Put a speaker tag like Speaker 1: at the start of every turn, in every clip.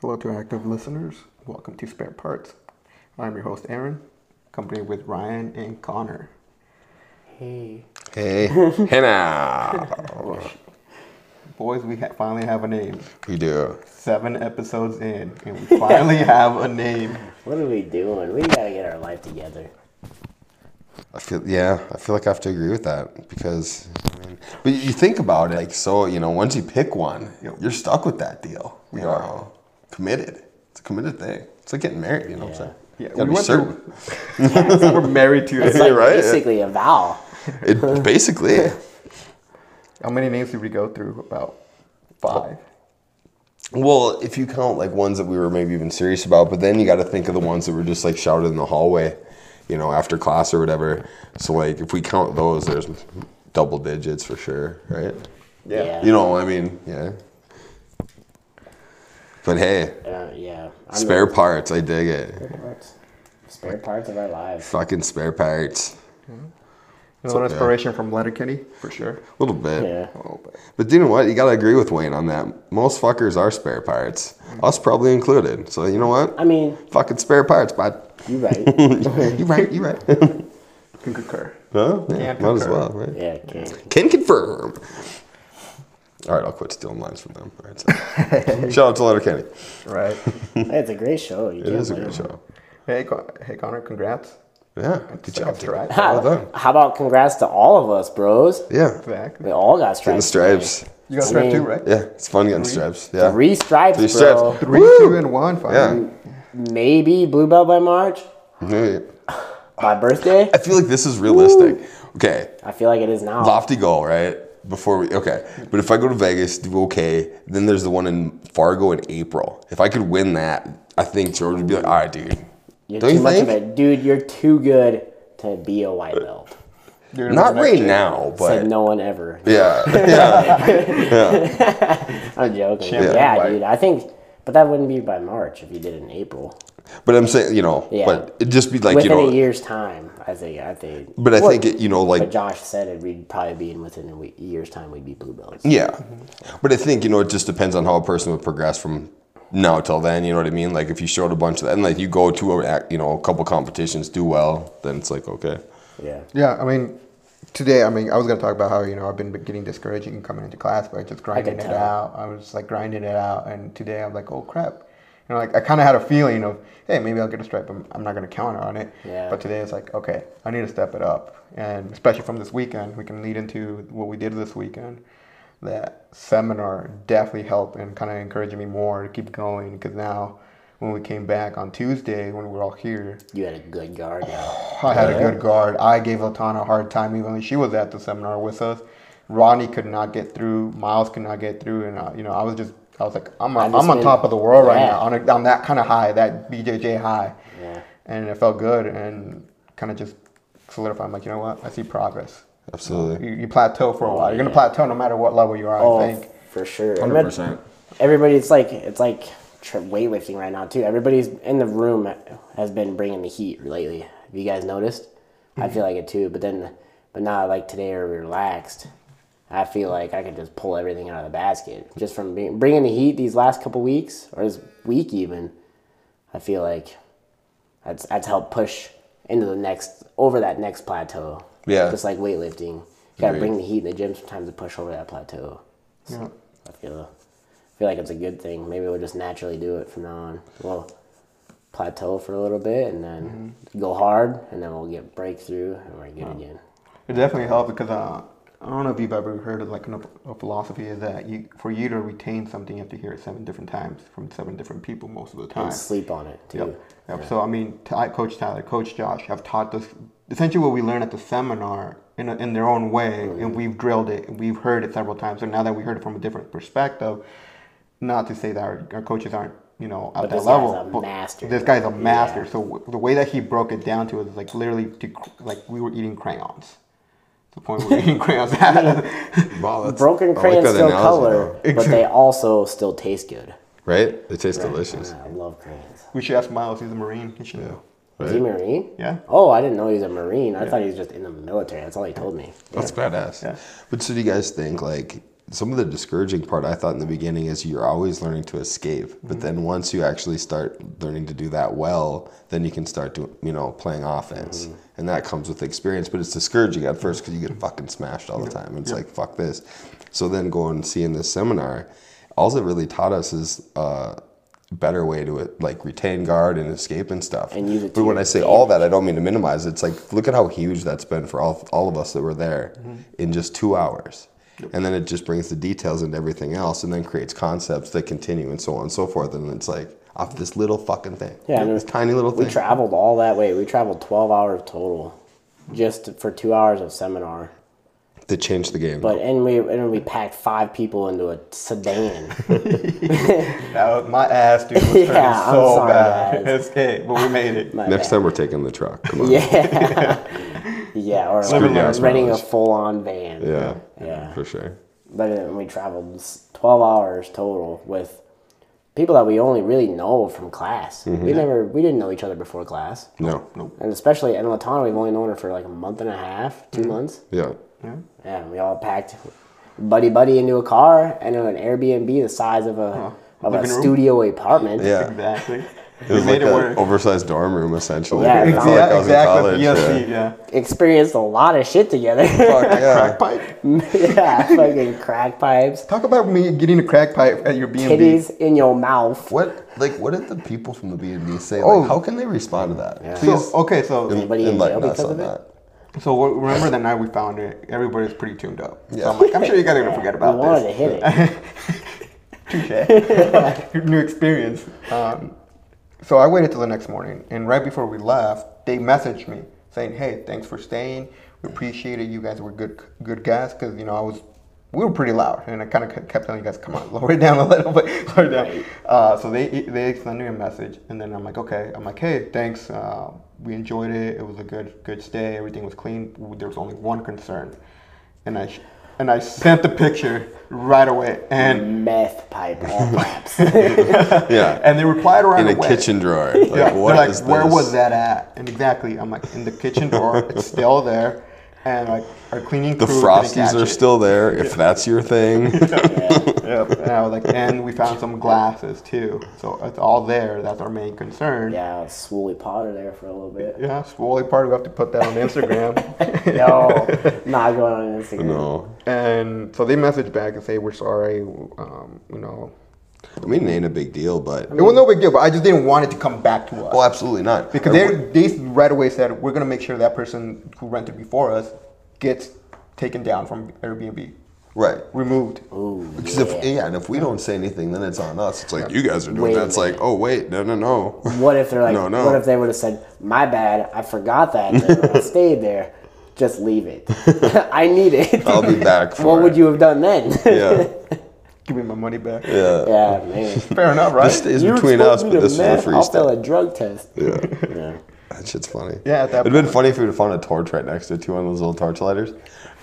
Speaker 1: Hello to our active listeners. Welcome to Spare Parts. I'm your host Aaron, accompanied with Ryan and Connor.
Speaker 2: Hey,
Speaker 3: Hey, hey now.
Speaker 1: Boys, we ha- finally have a name.
Speaker 3: We do.
Speaker 1: Seven episodes in, and we finally have a name.
Speaker 2: what are we doing? We gotta get our life together.
Speaker 3: I feel yeah. I feel like I have to agree with that because, I mean, but you think about it, like so, you know, once you pick one,
Speaker 1: Yep.
Speaker 3: you're stuck with that deal. You
Speaker 1: Yeah.
Speaker 3: know, committed. It's a committed thing. It's like getting married. You know what I'm saying?
Speaker 1: Yeah,
Speaker 3: You gotta
Speaker 1: we
Speaker 3: be
Speaker 1: went
Speaker 3: certain.
Speaker 1: We're married to
Speaker 2: It's
Speaker 1: this.
Speaker 2: like
Speaker 3: You're right.
Speaker 2: basically a vow.
Speaker 3: It basically.
Speaker 1: How many names did we go through? About five.
Speaker 3: Well, if you count like ones that we were maybe even serious about, but then you got to think of the ones that were just like shouted in the hallway, you know, after class or whatever. So like, if we count those, there's double digits for sure, right?
Speaker 2: Yeah. Yeah.
Speaker 3: You know, I mean, yeah. But hey,
Speaker 2: Uh, yeah. I'm
Speaker 3: spare parts, I dig it.
Speaker 2: the- Spare parts of our lives.
Speaker 3: Fucking spare parts,
Speaker 1: You know,
Speaker 3: yeah.
Speaker 1: inspiration from Letterkenny for sure.
Speaker 3: a little bit.
Speaker 2: Yeah.
Speaker 1: Oh, but
Speaker 3: But you know what? You gotta agree with Wayne on that. Most fuckers are spare parts, us probably included. So you know what?
Speaker 2: I mean,
Speaker 3: Fucking spare parts, bud.
Speaker 2: you right.
Speaker 3: you right. You right.
Speaker 1: can concur.
Speaker 3: Huh? Yeah,
Speaker 1: Can't
Speaker 3: might as
Speaker 1: concur.
Speaker 3: well, right?
Speaker 2: yeah. Okay.
Speaker 3: Can confirm. All right, I'll quit stealing lines from them. All right, so. Shout out to Letterkenny.
Speaker 1: Right.
Speaker 2: It's a great show. You
Speaker 3: It is a
Speaker 2: blame
Speaker 3: good
Speaker 2: them.
Speaker 3: show.
Speaker 1: hey, Con- hey, Connor. Congrats.
Speaker 3: Yeah, good
Speaker 1: Second
Speaker 3: job. dude.
Speaker 1: strike.
Speaker 3: Well done.
Speaker 2: How about congrats to all of us, bros?
Speaker 3: Yeah,
Speaker 1: Exactly.
Speaker 2: We all got
Speaker 3: getting
Speaker 2: stripes.
Speaker 3: stripes.
Speaker 1: You got
Speaker 2: I
Speaker 1: stripes too,
Speaker 2: mean-
Speaker 1: right?
Speaker 3: Yeah, it's fun getting stripes. Yeah,
Speaker 2: Three stripes,
Speaker 3: Three
Speaker 2: bro.
Speaker 3: stripes.
Speaker 1: Three,
Speaker 3: Woo!
Speaker 1: two, and one. Finally.
Speaker 3: Yeah.
Speaker 2: Maybe blue belt by March.
Speaker 3: Yeah.
Speaker 2: My birthday.
Speaker 3: I feel like this is realistic. Okay,
Speaker 2: I feel like it is now.
Speaker 3: lofty goal, right? Before we okay, but if I go to Vegas, do okay. Then there's the one in Fargo in April. If I could win that, I think George would be like, "All right, dude."
Speaker 2: You're
Speaker 3: Don't
Speaker 2: too
Speaker 3: you
Speaker 2: much of
Speaker 3: think?
Speaker 2: a dude. You're too good to be a white belt.
Speaker 1: You're gonna win
Speaker 3: Not
Speaker 1: that
Speaker 3: right
Speaker 1: shit.
Speaker 3: now,
Speaker 2: Said
Speaker 3: but
Speaker 2: no one ever.
Speaker 3: yeah, yeah.
Speaker 2: I'm joking.
Speaker 1: Champion
Speaker 2: Yeah,
Speaker 1: white.
Speaker 2: dude. I think, but that wouldn't be by March if you did it in April.
Speaker 3: But I'm saying, you know,
Speaker 2: Yeah.
Speaker 3: but it'd just be like,
Speaker 2: Within
Speaker 3: you know,
Speaker 2: a year's time, I think. I think.
Speaker 3: but I
Speaker 2: Well,
Speaker 3: think, it, you know,
Speaker 2: But
Speaker 3: like,
Speaker 2: Josh said it. We'd probably be in within a we- year's time. We'd be blue belts.
Speaker 3: yeah. But I think, you know, it just depends on how a person would progress from now till then, you know what I mean? Like, if you showed a bunch of that, and like you go to, a, act- you know, a couple competitions, do well, then it's like, okay.
Speaker 2: Yeah.
Speaker 1: Yeah, I mean, today, I mean, I was gonna talk about how you know I've been getting discouraged in coming into class, but I just grinding it
Speaker 2: tell.
Speaker 1: out. I was like grinding it out, and today I'm like, oh crap. You know, like I kind of had a feeling of, hey, maybe I'll get a stripe. but I'm not gonna count on it.
Speaker 2: Yeah.
Speaker 1: But today it's like, okay, I need to step it up, and especially from this weekend, we can lead into what we did this weekend. That seminar definitely helped and kind of encouraged me more to keep going because now, when we came back on Tuesday, when we were all here,
Speaker 2: You had a good guard. now.
Speaker 1: I had a good guard. I gave Latana a hard time, even when she was at the seminar with us. Ronnie could not get through. Miles could not get through, and uh, you know, I was just, I was like, I'm, a,
Speaker 2: I've
Speaker 1: I'm
Speaker 2: just
Speaker 1: on
Speaker 2: been-
Speaker 1: top of the world right
Speaker 2: Yeah.
Speaker 1: now, on, a, on that kind of high, that BJJ high,
Speaker 2: Yeah.
Speaker 1: and it felt good, and kind of just solidified. I'm like, you know what? I see progress.
Speaker 3: Absolutely.
Speaker 1: You, you plateau for a while. You're gonna
Speaker 2: yeah.
Speaker 1: plateau no matter what level you are.
Speaker 2: Oh,
Speaker 1: I think.
Speaker 2: for sure.
Speaker 3: 100%.
Speaker 2: Everybody, it's like it's like tri- weightlifting right now too. Everybody's in the room has been bringing the heat lately. Have you guys noticed? I feel like it too. But then, but now like today are relaxed. I feel like I could just pull everything out of the basket just from being, bringing the heat these last couple weeks or this week even. I feel like that's that's helped push into the next over that next plateau.
Speaker 3: Yeah.
Speaker 2: just like weightlifting, you gotta
Speaker 3: Agreed.
Speaker 2: bring the heat in the gym sometimes to push over that plateau.
Speaker 1: Yeah.
Speaker 2: I feel I feel like it's a good thing. Maybe we'll just naturally do it from now on. We'll plateau for a little bit and then
Speaker 3: Mm-hmm.
Speaker 2: go hard, and then we'll get breakthrough and we're good again.
Speaker 1: It definitely helps because uh, I don't know if you've ever heard of like an, a philosophy is that you for you to retain something you have to hear it seven different times from seven different people most of the time.
Speaker 2: And sleep on it too.
Speaker 1: Yep. Yep. So I mean, t- I, Coach Tyler, Coach Josh have taught us essentially what we learned at the seminar in, a, in their own way,
Speaker 2: Mm-hmm.
Speaker 1: and we've drilled it and we've heard it several times. So now that we heard it from a different perspective, not to say that our, our coaches aren't you know at that
Speaker 2: this guy's
Speaker 1: level,
Speaker 2: a
Speaker 1: but
Speaker 2: master.
Speaker 1: this guy's a
Speaker 2: Yeah.
Speaker 1: master. So w- the way that he broke it down to us is like literally to cr- like we were eating crayons. The point where we're eating crayons.
Speaker 3: Wow, that's- I
Speaker 2: Broken
Speaker 3: like
Speaker 2: crayons
Speaker 3: that
Speaker 2: still
Speaker 3: analogy,
Speaker 2: color,
Speaker 3: though.
Speaker 2: but they also still taste good.
Speaker 3: Right? They taste delicious.
Speaker 2: I love crayons.
Speaker 1: we should ask Miles. He's a Marine. He should know.
Speaker 2: Is he Marine?
Speaker 1: Yeah.
Speaker 2: Oh, I didn't know he was a Marine. I thought he was just in the military. That's all he told me.
Speaker 3: That's badass.
Speaker 1: Yeah.
Speaker 3: But so do you guys think like some of the discouraging part I thought in the beginning is you're always learning to escape,
Speaker 2: Mm-hmm.
Speaker 3: but then once you actually start learning to do that well, then you can start to you know playing offense,
Speaker 2: Mm-hmm.
Speaker 3: and that comes with experience. But it's discouraging at first because you get fucking smashed all the time. It's like fuck this. So then going and seeing this seminar, all it really taught us is. Uh, better way to like retain guard and escape and stuff
Speaker 2: And use it
Speaker 3: but
Speaker 2: to
Speaker 3: when i
Speaker 2: your
Speaker 3: say all that i don't mean to minimize it. it's like look at how huge that's been for all, all of us that were there in just two hours and then it just brings the details into everything else and then creates concepts that continue and so on and so forth and it's like off this little fucking thing
Speaker 2: Yeah, and
Speaker 3: this tiny little
Speaker 2: We
Speaker 3: thing
Speaker 2: traveled all that way. We traveled 12 hours total just to- for two hours of seminar.
Speaker 3: that changed the game
Speaker 2: But and we and we packed five people into a sedan.
Speaker 1: That was my ass, dude. Was
Speaker 2: Yeah,
Speaker 1: hurting
Speaker 2: I'm
Speaker 1: so
Speaker 2: sorry,
Speaker 1: bad.
Speaker 2: guys.
Speaker 1: It's okay, but we made it.
Speaker 2: My
Speaker 3: next
Speaker 2: bad.
Speaker 3: time we're taking the truck come on
Speaker 2: Yeah. yeah, or
Speaker 3: Screw
Speaker 2: like
Speaker 3: gas
Speaker 2: renting a
Speaker 3: mileage.
Speaker 2: full on van.
Speaker 3: yeah,
Speaker 2: Yeah.
Speaker 3: for sure
Speaker 2: But then we traveled s- 12 hours total with people that we only really know from class.
Speaker 3: Mm-hmm.
Speaker 2: We never we didn't know each other before class.
Speaker 3: no
Speaker 2: And especially in Latana, we've only known her for like a month and a half,
Speaker 3: Mm-hmm.
Speaker 2: 2 months.
Speaker 3: yeah
Speaker 2: Yeah, we all packed buddy buddy into a car and an Airbnb the size of a of a
Speaker 1: Living room?
Speaker 2: studio apartment.
Speaker 3: yeah
Speaker 1: Exactly.
Speaker 3: it
Speaker 1: We
Speaker 3: was
Speaker 1: made
Speaker 3: like
Speaker 1: it work.
Speaker 3: an oversized dorm room essentially
Speaker 2: Yeah,
Speaker 3: It's
Speaker 2: it's-
Speaker 3: not like
Speaker 1: yeah,
Speaker 3: I was in
Speaker 1: exactly.
Speaker 3: college,
Speaker 1: PSC,
Speaker 3: yeah.
Speaker 1: yeah.
Speaker 2: Experienced a lot of shit together.
Speaker 3: Fuck, yeah.
Speaker 1: Pipe.
Speaker 2: yeah, fucking crack pipes,
Speaker 1: Talk about me getting a crack pipe at your B&B.
Speaker 2: titties in your mouth.
Speaker 3: What like what did the people from the B and B say? Like
Speaker 1: Oh.
Speaker 3: how can they respond to that? Please
Speaker 1: So, okay, so
Speaker 2: Anybody in
Speaker 3: enlighten
Speaker 2: jail
Speaker 3: us
Speaker 2: because of
Speaker 3: on
Speaker 2: it?
Speaker 3: that.
Speaker 1: so we- remember the night we found it. Everybody's pretty tuned up.
Speaker 3: Yeah.
Speaker 1: So I'm like, I'm sure you guys are gonna forget
Speaker 2: I
Speaker 1: about
Speaker 2: wanted
Speaker 1: this.
Speaker 2: to hit it.
Speaker 1: Touche. New experience. Um, so I waited till the next morning, and right before we left, they messaged me saying, "Hey, thanks for staying. We appreciate it. You guys were good, good guys, because you know I was." We were pretty loud, and I kind of kept telling you guys, "Come on, lower it down a little bit, lower it down." Uh, so they they sent me a message, and then I'm like, "Okay." I'm like, "Hey, thanks. Uh, we enjoyed it. It was a good good stay. Everything was clean. There was only one concern," and I sh- and I sent the picture right away, and
Speaker 2: Meth pipe all caps.
Speaker 3: Yeah.
Speaker 1: and they replied right
Speaker 3: in a
Speaker 1: away.
Speaker 3: kitchen drawer. Like,
Speaker 1: Yeah,
Speaker 3: what
Speaker 1: they're like,
Speaker 3: is
Speaker 1: where
Speaker 3: this?"
Speaker 1: was that at? And exactly, I'm like, in the kitchen drawer. it's still there, and like our cleaning
Speaker 3: The
Speaker 1: crew didn't catch
Speaker 3: frosties are
Speaker 1: it.
Speaker 3: still there, if that's your thing.
Speaker 1: Yep. And I was like, and we found some glasses too. So it's all there. That's our main concern.
Speaker 2: yeah, Swooly Potter there for a little bit.
Speaker 1: Yeah, Swally Party. We have to put that on Instagram.
Speaker 2: No, not going on Instagram.
Speaker 3: no.
Speaker 1: and so they message back and say, we're sorry. Um, you know,
Speaker 3: I mean it ain't a big deal, but
Speaker 1: it was no big deal, but I just didn't want it to come back to us.
Speaker 3: well absolutely not.
Speaker 1: Because they, they right away said we're gonna make sure that person who rented before us gets taken down from Airbnb,
Speaker 3: Right.
Speaker 1: removed.
Speaker 3: Because if yeah, and if we don't say anything then it's on us. It's like you guys are doing
Speaker 2: Wait a
Speaker 3: that. It's like, oh wait, no no no.
Speaker 2: What if they're like?
Speaker 3: No, no.
Speaker 2: What if they would have said, "My bad, I forgot that there when I stayed there. Just leave it. I need it."
Speaker 3: I'll be back for
Speaker 2: what would
Speaker 3: it."
Speaker 2: you have done then?
Speaker 3: Yeah.
Speaker 1: Give me my money back.
Speaker 3: Yeah.
Speaker 2: yeah, man.
Speaker 1: Fair enough, right?
Speaker 3: This stays
Speaker 2: You
Speaker 3: between
Speaker 2: exposed
Speaker 3: us,
Speaker 2: me
Speaker 3: but
Speaker 2: to
Speaker 3: this is a
Speaker 2: meth,
Speaker 3: free
Speaker 2: I'll
Speaker 3: step.
Speaker 2: fail a drug test.
Speaker 3: Yeah.
Speaker 2: Yeah.
Speaker 3: That shit's funny.
Speaker 1: Yeah, at that
Speaker 3: It'd been funny if we'd have found a torch right next to it, too, one of those little torch lighters.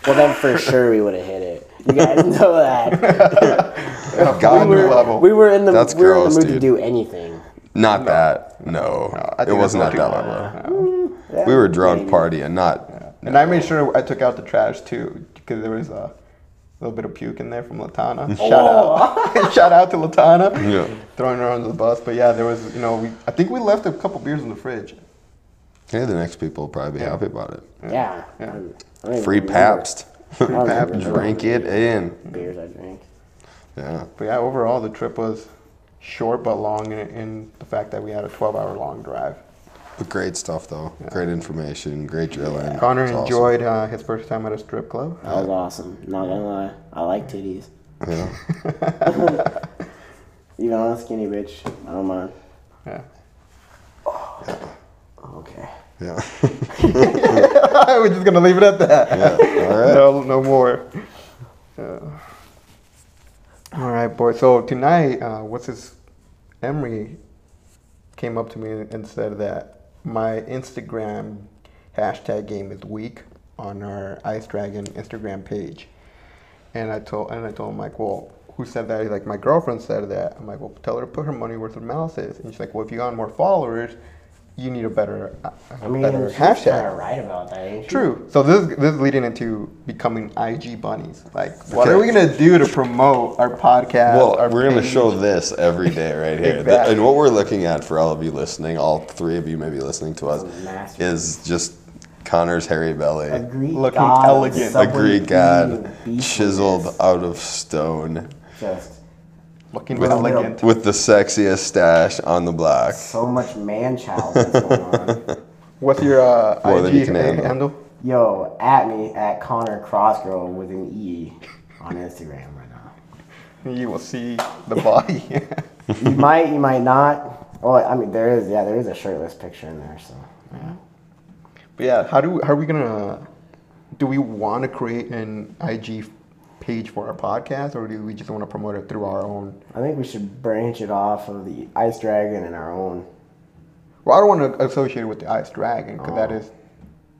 Speaker 2: Well, then for sure we would have hit it. You guys know that.
Speaker 3: God,
Speaker 1: we
Speaker 3: no.
Speaker 1: were- level.
Speaker 2: We were in the
Speaker 3: That's
Speaker 2: we were
Speaker 3: gross,
Speaker 2: in the mood
Speaker 3: dude.
Speaker 2: to do anything.
Speaker 3: Not that. No.
Speaker 1: I
Speaker 3: it
Speaker 1: think
Speaker 3: wasn't at
Speaker 1: that's
Speaker 3: that
Speaker 1: what you-
Speaker 3: level. We were drunk partying, not.
Speaker 1: And I made sure I took out the trash too because there was a little bit of puke in there from Latana. Shout out, shout out to Latana.
Speaker 3: Yeah.
Speaker 1: Throwing her under the bus, but yeah, there was you know we, I think we left a couple beers in the fridge.
Speaker 3: Hey, the next people will probably be happy about it.
Speaker 2: Yeah. I'm- I don't even
Speaker 3: Free
Speaker 2: remember
Speaker 3: Pabst.
Speaker 2: don't
Speaker 1: Pabst,
Speaker 2: remember.
Speaker 3: Drink it in.
Speaker 2: the Beers I drank.
Speaker 3: Yeah.
Speaker 1: But yeah, overall the trip was short but long in, in the fact that we had a 12-hour long drive.
Speaker 3: But great stuff, though. Great information, great drilling.
Speaker 1: Connor
Speaker 3: It's awesome.
Speaker 1: enjoyed uh, his first time at a strip club.
Speaker 2: That was awesome. Not gonna lie, I like titties.
Speaker 3: Yeah.
Speaker 2: Even on a skinny bitch, I don't mind.
Speaker 1: Yeah.
Speaker 2: Okay.
Speaker 3: Yeah.
Speaker 1: We're just gonna leave it at that.
Speaker 3: All right.
Speaker 1: No, no more. Uh, all right, boy. So tonight, uh, what's his? Emery came up to me and said that my Instagram hashtag game is weak on our Ice Dragon Instagram page, and I told and I told him like, well, who said that? He's like, my girlfriend said that. I'm like, well, tell her to put her money where her mouth is, and she's like, well, if you got more followers, you need a better, a
Speaker 2: I mean,
Speaker 1: better
Speaker 2: she's Kind of
Speaker 1: hashtag.
Speaker 2: right about that. ain't she?
Speaker 1: True. So this is, this is leading into becoming IG bunnies. Like, what are we gonna do to promote our podcast?
Speaker 3: Well,
Speaker 1: our
Speaker 3: we're going to
Speaker 1: page?
Speaker 3: show this every day right here. Th-
Speaker 1: Exactly.
Speaker 3: And what we're looking at for all of you listening, all three of you maybe listening to us,
Speaker 2: Master.
Speaker 3: is just Connor's hairy belly.
Speaker 2: A Greek
Speaker 1: Looking
Speaker 2: god,
Speaker 1: elegant.
Speaker 3: A
Speaker 1: A
Speaker 2: someone
Speaker 3: Greek god
Speaker 2: beating beef
Speaker 3: chiseled
Speaker 2: with
Speaker 3: out of stone
Speaker 2: this. Just
Speaker 1: looking
Speaker 3: with-
Speaker 1: elegant.
Speaker 3: with the sexiest stash on the block.
Speaker 2: so much man child that's going on.
Speaker 1: What's your uh,
Speaker 3: More than you
Speaker 1: IG
Speaker 3: can handle.
Speaker 1: handle?
Speaker 2: Yo, at me at Connor Crossgirl with an E on Instagram right now.
Speaker 1: You will see the body.
Speaker 2: You might, you might not. Well, I mean, there is, yeah, there is a shirtless picture in there. So
Speaker 1: But yeah, how do how are we gonna? Do we want to create an IG page for our podcast, or do we just want to promote it through our own?
Speaker 2: I think we should branch it off of the Ice Dragon and our own.
Speaker 1: Well, I don't want to associate it with the Ice Dragon because
Speaker 3: Oh.
Speaker 1: that is.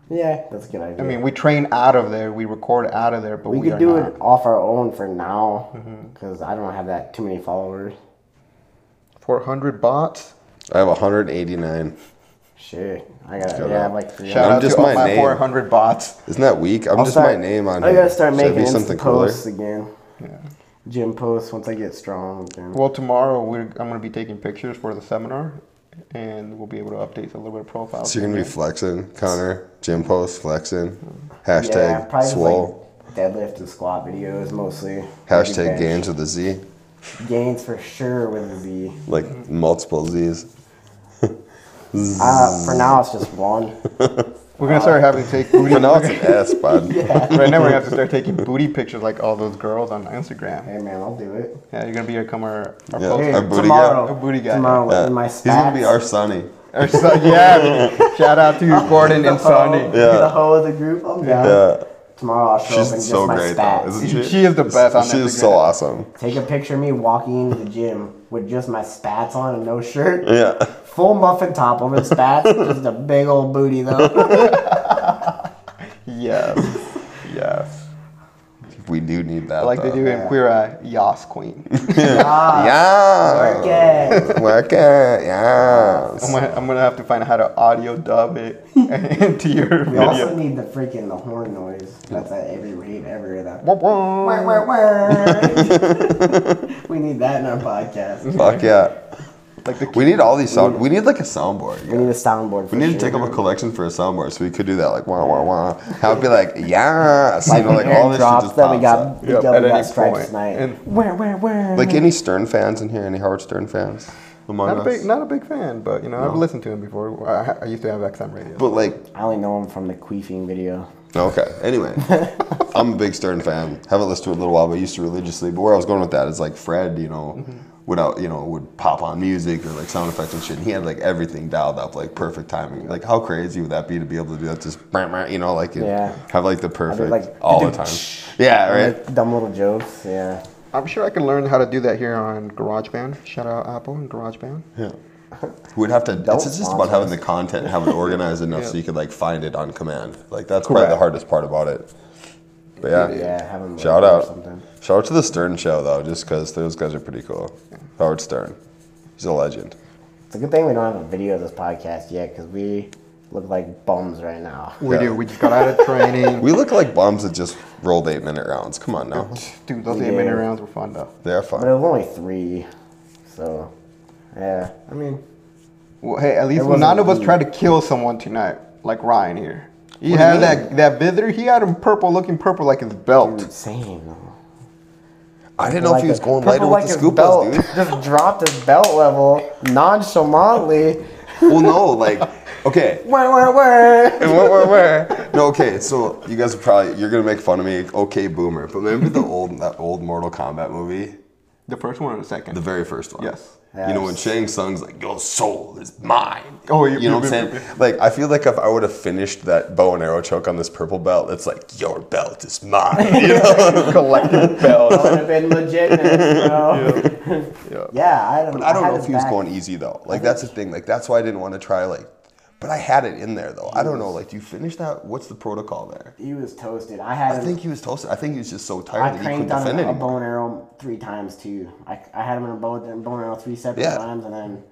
Speaker 2: Yeah, that's a good idea.
Speaker 1: I mean, we train out of there, we record out of there, but we,
Speaker 2: we could
Speaker 1: are
Speaker 2: do
Speaker 1: not. Mm-hmm.
Speaker 2: it off our own for now because I don't have that too many followers.
Speaker 1: 400 bots.
Speaker 3: I have 189.
Speaker 2: Shit, I gotta,
Speaker 3: go
Speaker 2: yeah, I
Speaker 3: up.
Speaker 2: have like three.
Speaker 1: Shout
Speaker 3: I'm
Speaker 1: out
Speaker 3: just
Speaker 1: to all
Speaker 3: my
Speaker 1: my
Speaker 3: name.
Speaker 1: 400 bots.
Speaker 3: Isn't that weak? I'm
Speaker 2: I'll
Speaker 3: just
Speaker 2: start-
Speaker 3: my name on
Speaker 2: I
Speaker 3: here.
Speaker 2: gotta start
Speaker 3: Should it be
Speaker 2: making
Speaker 3: something
Speaker 2: Insta
Speaker 3: cooler?
Speaker 2: posts again.
Speaker 1: Yeah.
Speaker 2: Gym posts once I get strong. Again.
Speaker 1: Well, tomorrow we're, I'm going to be taking pictures for the seminar, and we'll be able to update a little bit of profiles.
Speaker 3: So you're gonna be flexing, Connor. Gym post flexing. Hashtag
Speaker 2: probably just,
Speaker 3: swole.
Speaker 2: like deadlift and squat videos mostly.
Speaker 3: hashtag
Speaker 2: Maybe
Speaker 3: gains with a Z.
Speaker 2: bench. Gains for sure with a Z.
Speaker 3: Like
Speaker 2: Mm-hmm.
Speaker 3: multiple Z's.
Speaker 2: Uh, for now, it's just one.
Speaker 1: We're going to start having to take booty.
Speaker 3: But now it's an S, bud.
Speaker 1: right now we're going to have to start taking booty pictures like all those girls on Instagram.
Speaker 2: hey man, I'll do it.
Speaker 1: Yeah, you're gonna be become our, our
Speaker 3: Yeah.
Speaker 1: poster.
Speaker 2: Hey,
Speaker 3: Our booty
Speaker 2: tomorrow,
Speaker 1: guy. Our booty guy.
Speaker 2: Tomorrow,
Speaker 3: Yeah.
Speaker 2: in my
Speaker 3: He's gonna be
Speaker 2: spats.
Speaker 3: our Sonny.
Speaker 1: Or so- yeah, shout out to Gordon and Sonny.
Speaker 3: Yeah.
Speaker 2: The hoe of the group. I'm down.
Speaker 3: Yeah,
Speaker 2: Tomorrow I'll show up and
Speaker 3: she's
Speaker 2: just
Speaker 3: so
Speaker 2: my
Speaker 3: great though,
Speaker 2: spats.
Speaker 3: isn't she?
Speaker 1: She is the best on
Speaker 3: She is
Speaker 1: Instagram.
Speaker 3: so awesome.
Speaker 2: Take a picture of me walking into the gym with just my spats on and no shirt.
Speaker 3: Yeah.
Speaker 2: Full muffin top over the spats. just a big old booty though.
Speaker 1: Yes, yes.
Speaker 3: We do need that.
Speaker 1: Like they do in Queer Eye, Yas Queen.
Speaker 3: Yeah.
Speaker 2: Okay.
Speaker 3: Work it. Yeah.
Speaker 1: I'm gonna, I'm gonna have to find out how to audio dub it into your
Speaker 2: We also
Speaker 1: video.
Speaker 2: need the freaking the horn noise. That's at every rate ever. That
Speaker 1: Wah, wah.
Speaker 2: Wah, wah, wah. we need that in our podcast.
Speaker 3: Fuck yeah.
Speaker 1: Like the
Speaker 3: We need all these sound. We need like a soundboard.
Speaker 2: We need a soundboard. For
Speaker 3: We need to
Speaker 2: sure.
Speaker 3: take up a collection for a soundboard, so we could do that, like wah wah wah. Have it be like yeah, so, you know, like all this shit
Speaker 2: drops
Speaker 3: just
Speaker 2: that we
Speaker 3: pops
Speaker 2: got.
Speaker 3: up.
Speaker 2: We
Speaker 1: Yep,
Speaker 2: got,
Speaker 1: at
Speaker 2: we
Speaker 1: any
Speaker 2: got stripes
Speaker 1: point.
Speaker 2: tonight.
Speaker 1: And-
Speaker 2: where, where, where?
Speaker 3: Like any Stern fans in here? Any Howard Stern fans among
Speaker 1: Not a
Speaker 3: us?
Speaker 1: big, not a big fan, but you know I've listened to him before. I, I used to have XM radio.
Speaker 3: but like,
Speaker 2: I only know him from the queefing video.
Speaker 3: okay. Anyway, I'm a big Stern fan. Haven't listened to it in a little while, but used to religiously. But where I was going with that is like Fred, you know,
Speaker 2: Mm-hmm.
Speaker 3: would out, you know, would pop on music or like sound effects and shit. And he had like everything dialed up, like perfect timing. Like how crazy would that be to be able to do that? Just you know, like
Speaker 2: Yeah.
Speaker 3: have like the perfect
Speaker 2: like,
Speaker 3: all the time. Yeah, right.
Speaker 2: Like dumb little jokes. Yeah.
Speaker 1: I'm sure I can learn how to do that here on GarageBand. Shout out Apple and GarageBand.
Speaker 3: Yeah. We'd have to.
Speaker 2: Don't
Speaker 3: it's just
Speaker 2: sponsor
Speaker 3: about having the content, and having it organized enough so
Speaker 1: Yeah.
Speaker 3: you could like find it on command. Like that's probably the
Speaker 1: Correct.
Speaker 3: hardest part about it. But yeah,
Speaker 2: Yeah. Have him
Speaker 3: Shout
Speaker 2: or
Speaker 3: out,
Speaker 2: something.
Speaker 3: shout out to the Stern Show though, just because those guys are pretty cool. Howard Stern, he's a legend.
Speaker 2: It's a good thing we don't have a video of this podcast yet because we look like bums right now.
Speaker 1: We
Speaker 3: Yeah.
Speaker 1: do. We just got out of training.
Speaker 3: We look like bums that just rolled eight minute rounds. Come on now,
Speaker 1: Dude, those
Speaker 2: Yeah.
Speaker 1: eight minute rounds were fun though.
Speaker 3: they're
Speaker 2: But it
Speaker 3: fun.
Speaker 2: was only three, so yeah. I mean,
Speaker 1: Well, hey, at least
Speaker 2: It wasn't
Speaker 1: none of us
Speaker 2: me.
Speaker 1: tried to kill someone tonight, like Ryan here. He
Speaker 3: What do you
Speaker 1: had
Speaker 3: mean?
Speaker 1: that that visitor. He had him purple, looking purple like his belt.
Speaker 2: same. though.
Speaker 3: I didn't know if he was
Speaker 2: a-
Speaker 3: going
Speaker 2: purple like
Speaker 3: lighter with the
Speaker 2: his
Speaker 3: scoop
Speaker 2: belt,
Speaker 3: dude.
Speaker 2: Just dropped his belt level nonchalantly.
Speaker 3: Well, no, like okay.
Speaker 2: Wah, wah, wah.
Speaker 3: And where, where, where? No, okay. So you guys are probably you're gonna make fun of me. Okay, boomer. But remember the old that old Mortal Kombat movie,
Speaker 1: The first one or the second?
Speaker 3: the very first one.
Speaker 1: Yes.
Speaker 3: You know when Shang Tsung's like, "Your soul is mine."
Speaker 1: Oh,
Speaker 3: you,
Speaker 1: you-
Speaker 3: know what I'm saying? Like, I feel like if I would have finished that bow and arrow choke on this purple belt, it's like, "Your belt is mine." You know?
Speaker 1: collective belt.
Speaker 2: Would have been legitimate, bro.
Speaker 1: Yeah.
Speaker 2: Yeah, I don't.
Speaker 3: I don't
Speaker 2: had
Speaker 3: know
Speaker 2: his
Speaker 3: if he was
Speaker 2: back.
Speaker 3: going easy though. Like that's the thing. Like that's why I didn't want to try. Like, but I had it in there though. I don't know. Like, do you finish that? What's the protocol there?
Speaker 2: He was toasted. I had.
Speaker 3: I
Speaker 2: him,
Speaker 3: think he was toasted. I think he was just so
Speaker 2: I
Speaker 3: tired that he couldn't
Speaker 2: cranked on
Speaker 3: defend
Speaker 2: a, a
Speaker 3: anymore.
Speaker 2: bow and arrow three times too. I, I had him in a bow, and bow and arrow three separate
Speaker 3: Yeah.
Speaker 2: times, and then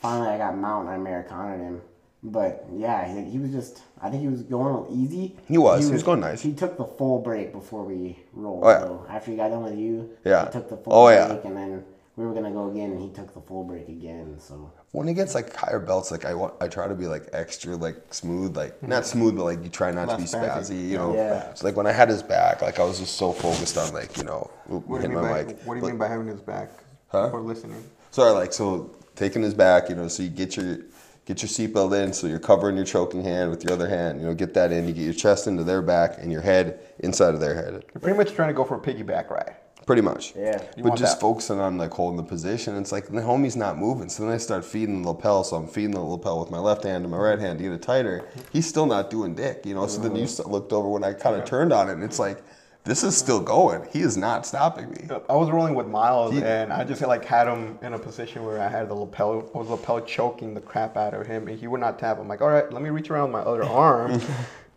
Speaker 2: finally I got mount and I Americaned him. But yeah, he, he was just. I think he was going easy.
Speaker 3: He was. He was going nice.
Speaker 2: He took the full break before we rolled.
Speaker 3: Oh, yeah.
Speaker 2: So after he got done with you,
Speaker 3: Yeah.
Speaker 2: he took the full
Speaker 3: Oh,
Speaker 2: break,
Speaker 3: yeah.
Speaker 2: and then we were gonna go again, and he took the full break again. So
Speaker 3: When it gets like higher belts, like I want, I try to be like extra, like smooth, like not smooth, but like you try not to be
Speaker 1: Mm-hmm. Less spazzy.
Speaker 3: spazzy, you know.
Speaker 2: Yeah.
Speaker 3: So like when I had his back, like I was just so focused on like you know oop,
Speaker 1: What do
Speaker 3: hit
Speaker 1: you mean
Speaker 3: my
Speaker 1: by
Speaker 3: mic.
Speaker 1: What do you
Speaker 3: But-
Speaker 1: mean by having his back?
Speaker 3: Huh?
Speaker 1: Or listening?
Speaker 3: Sorry, like so taking his back, you know, so you get your get your seatbelt in, so you're covering your choking hand with your other hand, you know, get that in, you get your chest into their back and your head inside of their head.
Speaker 1: You're pretty much trying to go for a piggyback ride.
Speaker 3: Pretty much.
Speaker 2: Yeah.
Speaker 1: You
Speaker 3: But
Speaker 1: want
Speaker 3: just
Speaker 1: that.
Speaker 3: focusing on like holding the position, it's like the homie's not moving. So then I start feeding the lapel. So I'm feeding the lapel with my left hand and my right hand to get it tighter. He's still not doing dick, you know. So then you
Speaker 1: Mm-hmm.
Speaker 3: s- looked over when I kind of turned on it, and it's like, this is still going. He is not stopping me.
Speaker 1: I was rolling with Miles,
Speaker 3: He-
Speaker 1: and I just like had him in a position where I had the lapel, I was lapel choking the crap out of him, and he would not tap. I'm like, all right, let me reach around with my other arm,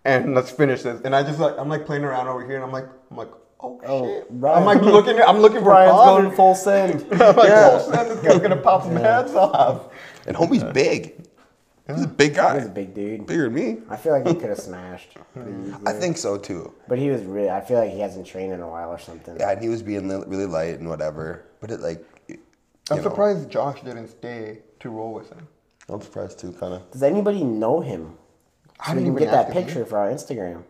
Speaker 1: and let's finish this. And I just like, I'm like playing around over here, and I'm like, I'm like, oh,
Speaker 2: Oh,
Speaker 1: shit,
Speaker 2: Ryan.
Speaker 1: I'm like looking, I'm looking for
Speaker 2: Brian's
Speaker 1: Bob.
Speaker 2: going full send.
Speaker 1: I'm like,
Speaker 3: Yeah.
Speaker 1: oh snap, this guy's gonna pop some heads off.
Speaker 3: And homie's big. He's a big Mm-hmm. guy.
Speaker 2: He's a big dude.
Speaker 3: bigger than me.
Speaker 2: I feel like he could have smashed. pretty
Speaker 3: I
Speaker 2: easily.
Speaker 3: think so too.
Speaker 2: But he was really. I feel like he hasn't trained in a while or something.
Speaker 3: Yeah, and he was being li- really light and whatever. But it like, it-
Speaker 1: I'm
Speaker 3: you know,
Speaker 1: surprised Josh didn't stay to roll with him.
Speaker 3: I'm surprised too, kind of.
Speaker 2: Does anybody know him?
Speaker 1: I didn't
Speaker 2: We can
Speaker 1: even
Speaker 2: get that
Speaker 1: ask him.
Speaker 2: picture for our Instagram.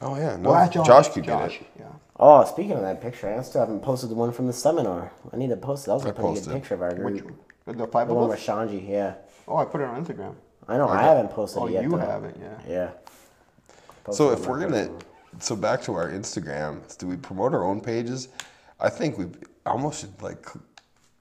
Speaker 3: Oh yeah, no.
Speaker 1: Well, ask
Speaker 3: Josh, could
Speaker 1: Josh,
Speaker 3: get it.
Speaker 1: Yeah.
Speaker 2: Oh, speaking of that picture, I still haven't posted the one from the seminar. I need to post it. That was a pretty
Speaker 3: posted.
Speaker 2: good picture of our group.
Speaker 1: Which the five
Speaker 2: The one
Speaker 1: of
Speaker 2: with
Speaker 1: us?
Speaker 2: Shanji, yeah.
Speaker 1: Oh, I put it on Instagram.
Speaker 2: I know, I haven't posted
Speaker 1: Oh,
Speaker 2: it yet.
Speaker 1: you
Speaker 2: though.
Speaker 1: haven't, yeah.
Speaker 2: Yeah.
Speaker 3: So
Speaker 2: Posted
Speaker 3: if
Speaker 2: it
Speaker 3: we're
Speaker 2: on
Speaker 3: gonna, so back to our Instagram, do we promote our own pages? I think we almost should like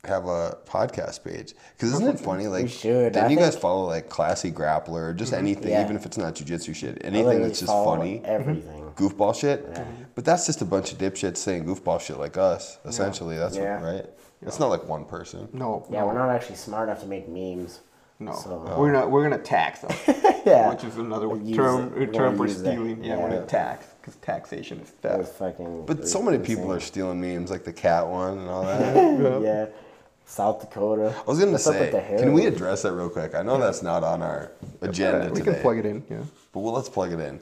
Speaker 3: have a podcast page because isn't it funny? Like,
Speaker 2: should.
Speaker 3: Then
Speaker 2: I
Speaker 3: you
Speaker 2: think- Mm-hmm,
Speaker 3: guys follow like classy grappler or just anything,
Speaker 2: Yeah.
Speaker 3: even if it's not jujitsu shit,
Speaker 2: I
Speaker 3: anything
Speaker 2: literally
Speaker 3: that's just
Speaker 2: follow
Speaker 3: funny,
Speaker 2: Everything.
Speaker 3: goofball shit. But that's just a bunch of dipshits saying goofball shit like us. Essentially, that's what-
Speaker 2: Yeah.
Speaker 3: right. It's not like one person.
Speaker 1: No.
Speaker 2: Yeah,
Speaker 1: no.
Speaker 2: we're not actually smart enough to make memes.
Speaker 1: No, Oh,
Speaker 2: So-
Speaker 1: we're not. We're gonna tax them,
Speaker 2: Yeah.
Speaker 1: which is another
Speaker 2: We'll use
Speaker 1: term.
Speaker 2: it. We're
Speaker 1: term
Speaker 2: gonna
Speaker 1: for
Speaker 2: use that.
Speaker 1: stealing. Yeah, we're
Speaker 2: Yeah.
Speaker 1: gonna tax because taxation is
Speaker 2: It was
Speaker 1: theft.
Speaker 2: fucking.
Speaker 3: But so many people are stealing memes, like the cat one and all that.
Speaker 2: yeah. South Dakota.
Speaker 3: I was gonna
Speaker 2: What's up
Speaker 3: say,
Speaker 2: with the
Speaker 3: can we
Speaker 2: heroin?
Speaker 3: address that real quick? I know that's not on our agenda
Speaker 1: we
Speaker 3: today,
Speaker 1: can plug it in. Yeah.
Speaker 3: but well, let's plug it in.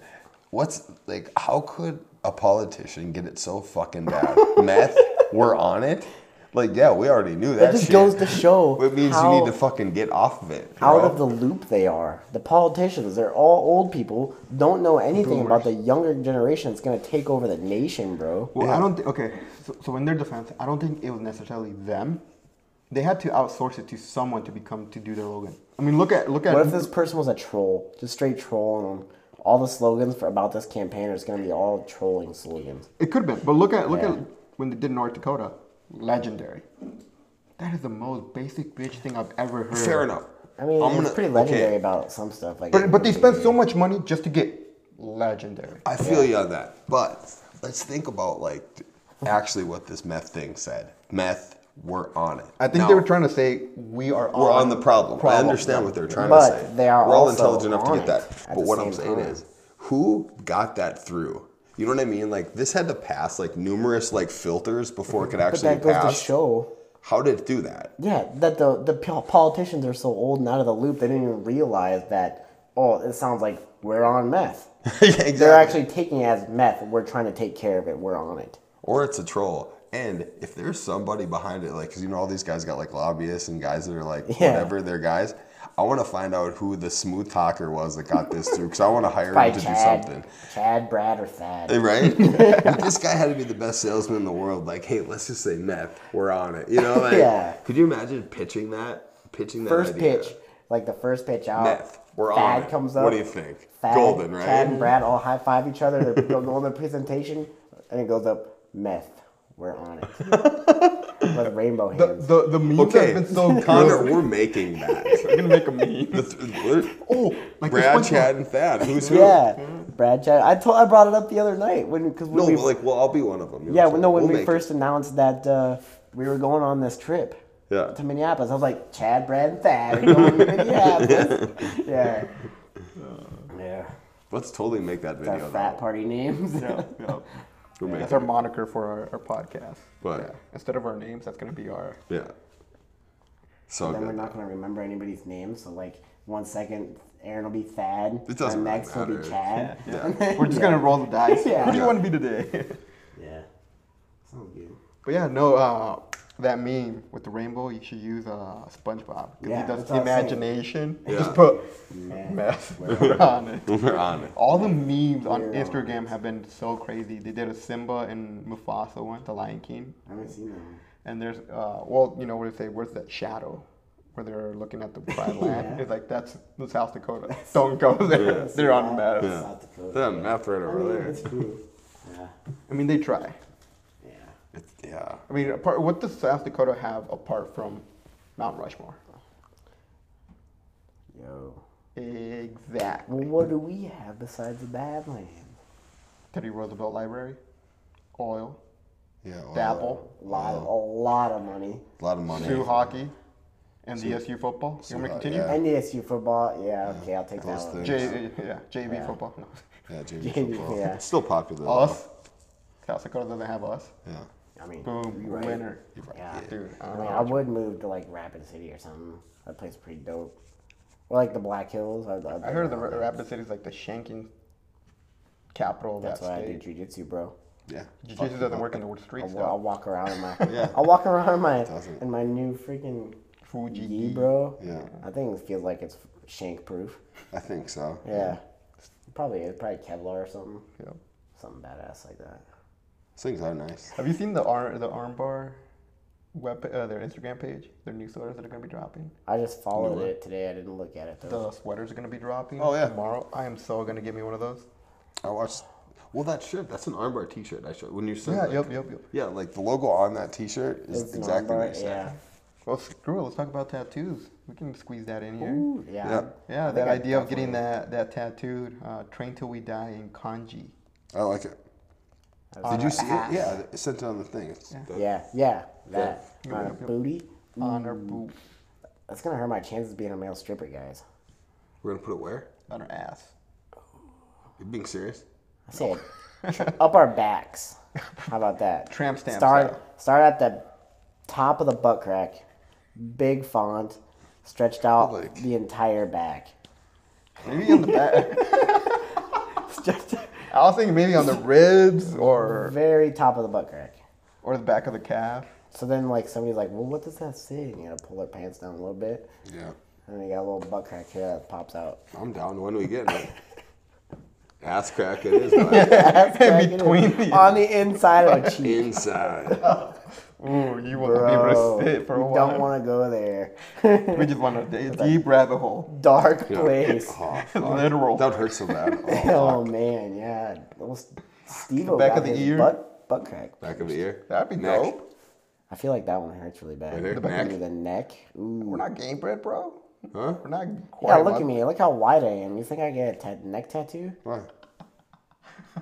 Speaker 3: What's like? How could a politician get it so fucking bad? Meth, we're on it. Like, yeah, we already knew that.
Speaker 2: That just
Speaker 3: shit.
Speaker 2: goes to show.
Speaker 3: It means
Speaker 2: how
Speaker 3: you need to fucking get off of it.
Speaker 2: out
Speaker 3: bro.
Speaker 2: of the loop they are. The politicians, they're all old people, don't know anything about the younger generation that's gonna take over the nation, bro.
Speaker 1: Well, I don't. Th- okay, so, so in their defense, I don't think it was necessarily them. They had to outsource it to someone to become to do their Logan. I mean, look at look at.
Speaker 2: What if this person was a troll? Just straight troll and all the slogans for about this campaign are just gonna be all trolling slogans.
Speaker 1: It could have been, but look at look
Speaker 2: Yeah.
Speaker 1: at when they did North Dakota, legendary. That is the most basic bitch thing I've ever heard.
Speaker 3: Fair enough.
Speaker 2: I mean,
Speaker 3: I'm
Speaker 2: it's
Speaker 3: gonna-
Speaker 2: pretty legendary
Speaker 3: okay.
Speaker 2: about some stuff. Like,
Speaker 1: But but they spent so much money just to get legendary.
Speaker 3: I feel you on that. But let's think about like actually what this meth thing said. Meth, we're on it.
Speaker 1: I think they were trying to say we are
Speaker 3: We're on the problem. I understand what they're trying to
Speaker 2: But
Speaker 3: say.
Speaker 2: they are
Speaker 3: We're all
Speaker 2: also
Speaker 3: intelligent enough to
Speaker 2: on
Speaker 3: get
Speaker 2: it
Speaker 3: that.
Speaker 2: at
Speaker 3: But
Speaker 2: the
Speaker 3: what I'm
Speaker 2: same
Speaker 3: saying
Speaker 2: time.
Speaker 3: is, who got that through? You know what I mean? Like this had to pass like numerous like filters before it could
Speaker 2: but
Speaker 3: actually
Speaker 2: that goes
Speaker 3: pass.
Speaker 2: to show,
Speaker 3: How did it do that?
Speaker 2: yeah, that the the po- politicians are so old and out of the loop they didn't even realize that. Oh, it sounds like we're on meth.
Speaker 3: Yeah,
Speaker 2: They're
Speaker 3: exactly.
Speaker 2: actually taking it as meth. We're trying to take care of it. We're on it.
Speaker 3: or it's a troll. And if there's somebody behind it, like, because you know, all these guys got like lobbyists and guys that are like,
Speaker 2: Yeah.
Speaker 3: whatever, they're guys. I want to find out who the smooth talker was that got this through because I want to hire
Speaker 2: By
Speaker 3: him to
Speaker 2: Chad,
Speaker 3: do something.
Speaker 2: Chad, Brad, or Thad.
Speaker 3: Right? this guy had to be the best salesman in the world. Like, hey, let's just say meth. We're on it. You know, like,
Speaker 2: Yeah.
Speaker 3: could you imagine pitching that? Pitching that
Speaker 2: First
Speaker 3: idea?
Speaker 2: pitch, like the first pitch out.
Speaker 3: Meth. We're on
Speaker 2: Thad
Speaker 3: it.
Speaker 2: comes up.
Speaker 3: What do you think?
Speaker 2: Thad,
Speaker 3: Golden, right?
Speaker 2: Chad and Brad all high five each other. They're doing their presentation, and it goes up. Meth. We're on it. With rainbow
Speaker 1: The,
Speaker 2: hands.
Speaker 1: the, the memes
Speaker 3: Okay,
Speaker 1: have been so
Speaker 3: Connor,
Speaker 1: good.
Speaker 3: we're making that.
Speaker 1: I'm gonna make a meme.
Speaker 3: The th- we're-
Speaker 1: Oh, like this
Speaker 3: Brad,
Speaker 1: one-
Speaker 3: Chad, and Thad. Who's who?
Speaker 2: yeah, Brad, Chad. I told. I brought it up the other night when because
Speaker 3: No,
Speaker 2: we,
Speaker 3: but like, well, I'll be one of them. you know
Speaker 2: yeah,
Speaker 3: what
Speaker 2: well,
Speaker 3: I'm
Speaker 2: no,
Speaker 3: saying?
Speaker 2: when
Speaker 3: We'll
Speaker 2: we
Speaker 3: make
Speaker 2: first announced that uh, we were going on this trip.
Speaker 3: Yeah.
Speaker 2: To Minneapolis, I was like Chad, Brad, and Thad are going to Minneapolis. yeah.
Speaker 3: Uh,
Speaker 2: Yeah.
Speaker 3: it. let's totally make that
Speaker 2: Our
Speaker 3: video.
Speaker 2: frat party names.
Speaker 1: Yeah, yeah.
Speaker 3: though. We'll make
Speaker 1: That's
Speaker 3: it.
Speaker 1: our moniker for our, our podcast.
Speaker 3: But-
Speaker 1: Yeah. Instead of our names, that's gonna be our.
Speaker 3: Yeah. So
Speaker 2: then we're
Speaker 3: good.
Speaker 2: not going to remember anybody's name. So like one second, Aaron will be Thad.
Speaker 3: It doesn't
Speaker 2: and
Speaker 3: really
Speaker 2: Max will
Speaker 3: matter.
Speaker 2: be Chad. Yeah.
Speaker 1: We're just gonna roll the dice.
Speaker 2: Yeah.
Speaker 1: Who do you want to be today?
Speaker 2: Sounds good.
Speaker 1: but yeah, no. Uh, that meme with the rainbow, you should use uh, SpongeBob because
Speaker 2: Yeah,
Speaker 1: he does
Speaker 2: that's what I'm saying.
Speaker 1: imagination.
Speaker 3: Yeah.
Speaker 1: Just put
Speaker 2: Man.
Speaker 1: mess on it.
Speaker 3: We're on it.
Speaker 1: All the memes on
Speaker 2: Yeah.
Speaker 1: Instagram have been so crazy. They did a Simba and Mufasa one, The Lion King,
Speaker 2: I haven't seen that one.
Speaker 1: and there's uh, well, you know, where they say, "Where's that shadow?" Where they're looking at the pride land. It's like that's, that's South Dakota. Don't go there. They're on meth.
Speaker 3: Yeah.
Speaker 2: South Dakota.
Speaker 3: That meth right
Speaker 2: I
Speaker 3: over
Speaker 2: mean,
Speaker 3: there.
Speaker 2: it's true. Yeah.
Speaker 1: I mean, they try.
Speaker 2: Yeah.
Speaker 3: It's, yeah.
Speaker 1: I mean, apart, what does South Dakota have apart from Mount Rushmore?
Speaker 2: Yo.
Speaker 1: Exactly.
Speaker 2: Well, what do we have besides the Badlands?
Speaker 1: Teddy Roosevelt Library, oil,
Speaker 3: Yeah. well,
Speaker 1: Dapple,
Speaker 2: A lot, a lot of money.
Speaker 3: A lot of money.
Speaker 1: Sioux hockey, and the SU football. You want me to
Speaker 3: Sioux,
Speaker 1: continue?
Speaker 3: yeah.
Speaker 2: NDSU football. Yeah. Okay, I'll take
Speaker 3: Those
Speaker 2: that one.
Speaker 3: things.
Speaker 1: J, yeah, JV
Speaker 2: Yeah.
Speaker 1: football. No.
Speaker 3: Yeah, JV
Speaker 2: JV,
Speaker 3: football.
Speaker 2: yeah.
Speaker 3: It's still popular. though.
Speaker 1: Us. South Dakota doesn't have us.
Speaker 3: Yeah.
Speaker 2: I mean,
Speaker 1: Boom,
Speaker 2: you're right.
Speaker 1: winner.
Speaker 3: You're right.
Speaker 2: Yeah.
Speaker 1: Dude, I
Speaker 2: I
Speaker 1: don't
Speaker 2: mean,
Speaker 1: know.
Speaker 2: I would move to like Rapid City or something. That place is pretty dope. Or like the Black Hills. I,
Speaker 1: I heard the Ra- Rapid City's like the shanking capital of
Speaker 2: That's
Speaker 1: that
Speaker 2: why I do
Speaker 1: state.
Speaker 2: jujitsu, bro.
Speaker 3: Yeah.
Speaker 1: Jiu-Jitsu doesn't work in the
Speaker 2: I'll,
Speaker 1: streets
Speaker 2: wa- I'll
Speaker 1: though.
Speaker 2: walk around in my.
Speaker 3: Yeah.
Speaker 2: I'll walk around in my
Speaker 3: Doesn't.
Speaker 2: in my new freaking
Speaker 1: Fuji
Speaker 2: gi,
Speaker 1: gi.
Speaker 2: bro.
Speaker 3: Yeah.
Speaker 2: I think it feels like it's shank proof.
Speaker 3: I think so.
Speaker 2: Yeah. Probably it's probably Kevlar or something.
Speaker 1: Yeah.
Speaker 2: Something badass like that.
Speaker 3: Those things are nice.
Speaker 1: Have you seen the arm the armbar web uh, their Instagram page? Their new sweaters that are gonna be dropping.
Speaker 2: I just followed it today. I didn't look at it though.
Speaker 1: The sweaters are gonna be dropping.
Speaker 3: Oh, yeah.
Speaker 1: Tomorrow, I am so gonna get me one of those.
Speaker 3: I watched. Well, that shirt. That's an armbar T-shirt. I showed when you said.
Speaker 1: Yeah. Yep.
Speaker 3: like-
Speaker 1: Yep. Yep.
Speaker 3: Yeah, like the logo on that T-shirt is
Speaker 2: It's an
Speaker 3: exactly
Speaker 2: armbar,
Speaker 3: what you said.
Speaker 2: Yeah.
Speaker 1: Well, screw it. Let's talk about tattoos. We can squeeze that in here.
Speaker 2: Ooh, yeah.
Speaker 3: Yeah.
Speaker 1: Yeah,
Speaker 2: I
Speaker 1: that
Speaker 2: think I
Speaker 1: idea of getting that that tattooed, uh, train till we die in kanji.
Speaker 3: I like it.
Speaker 2: On
Speaker 3: Did
Speaker 2: our
Speaker 3: you see
Speaker 2: ass.
Speaker 3: it? Yeah, it sent it on the thing. It's the-
Speaker 2: Yeah, yeah, that
Speaker 1: Yeah.
Speaker 2: on our
Speaker 1: Yep, yep.
Speaker 2: booty.
Speaker 1: On our boob,
Speaker 2: That's gonna hurt my chances of being a male stripper, guys.
Speaker 3: We're gonna put it where?
Speaker 1: on our ass.
Speaker 3: You being serious?
Speaker 2: I said, up our backs. How about that?
Speaker 1: Tramp stamp
Speaker 2: Start
Speaker 1: style.
Speaker 2: start at the top of the butt crack, big font, stretched out
Speaker 3: Like-
Speaker 2: the entire back.
Speaker 1: Maybe on the back.
Speaker 2: Stretched
Speaker 1: I was thinking maybe on the ribs or
Speaker 2: very top of the butt crack.
Speaker 1: or the back of the calf.
Speaker 2: So then, like somebody's like, "Well, what does that say?" And you gotta pull their pants down a little bit,
Speaker 3: Yeah,
Speaker 2: and then you got a little butt crack here that pops out.
Speaker 3: I'm down. When are we getting it? Ass crack it is. bud.
Speaker 2: That's cracking it.
Speaker 1: Between the-
Speaker 2: on the inside of a cheek.
Speaker 3: Inside.
Speaker 1: Ooh, you want to
Speaker 2: Bro,
Speaker 1: be sit for a
Speaker 2: you
Speaker 1: while.
Speaker 2: don't want to go there.
Speaker 1: we just want a d- deep rabbit hole.
Speaker 2: Dark
Speaker 3: Yeah.
Speaker 2: place.
Speaker 3: Oh,
Speaker 1: Literal.
Speaker 3: that would hurt so bad. Oh,
Speaker 2: Oh man, yeah. Those Steve
Speaker 1: back of the ear.
Speaker 2: butt, butt crack.
Speaker 3: back of the ear.
Speaker 1: That'd be
Speaker 3: Neck.
Speaker 1: dope.
Speaker 2: I feel like that one hurts really bad.
Speaker 3: Right here?
Speaker 2: The
Speaker 3: Neck?
Speaker 2: back of the neck. Ooh.
Speaker 1: We're not game bred, bro.
Speaker 3: Huh?
Speaker 1: We're not.
Speaker 2: Yeah,
Speaker 1: Quite
Speaker 2: look at me. Look how wide I am. You think I get a tat neck tattoo?
Speaker 3: Why?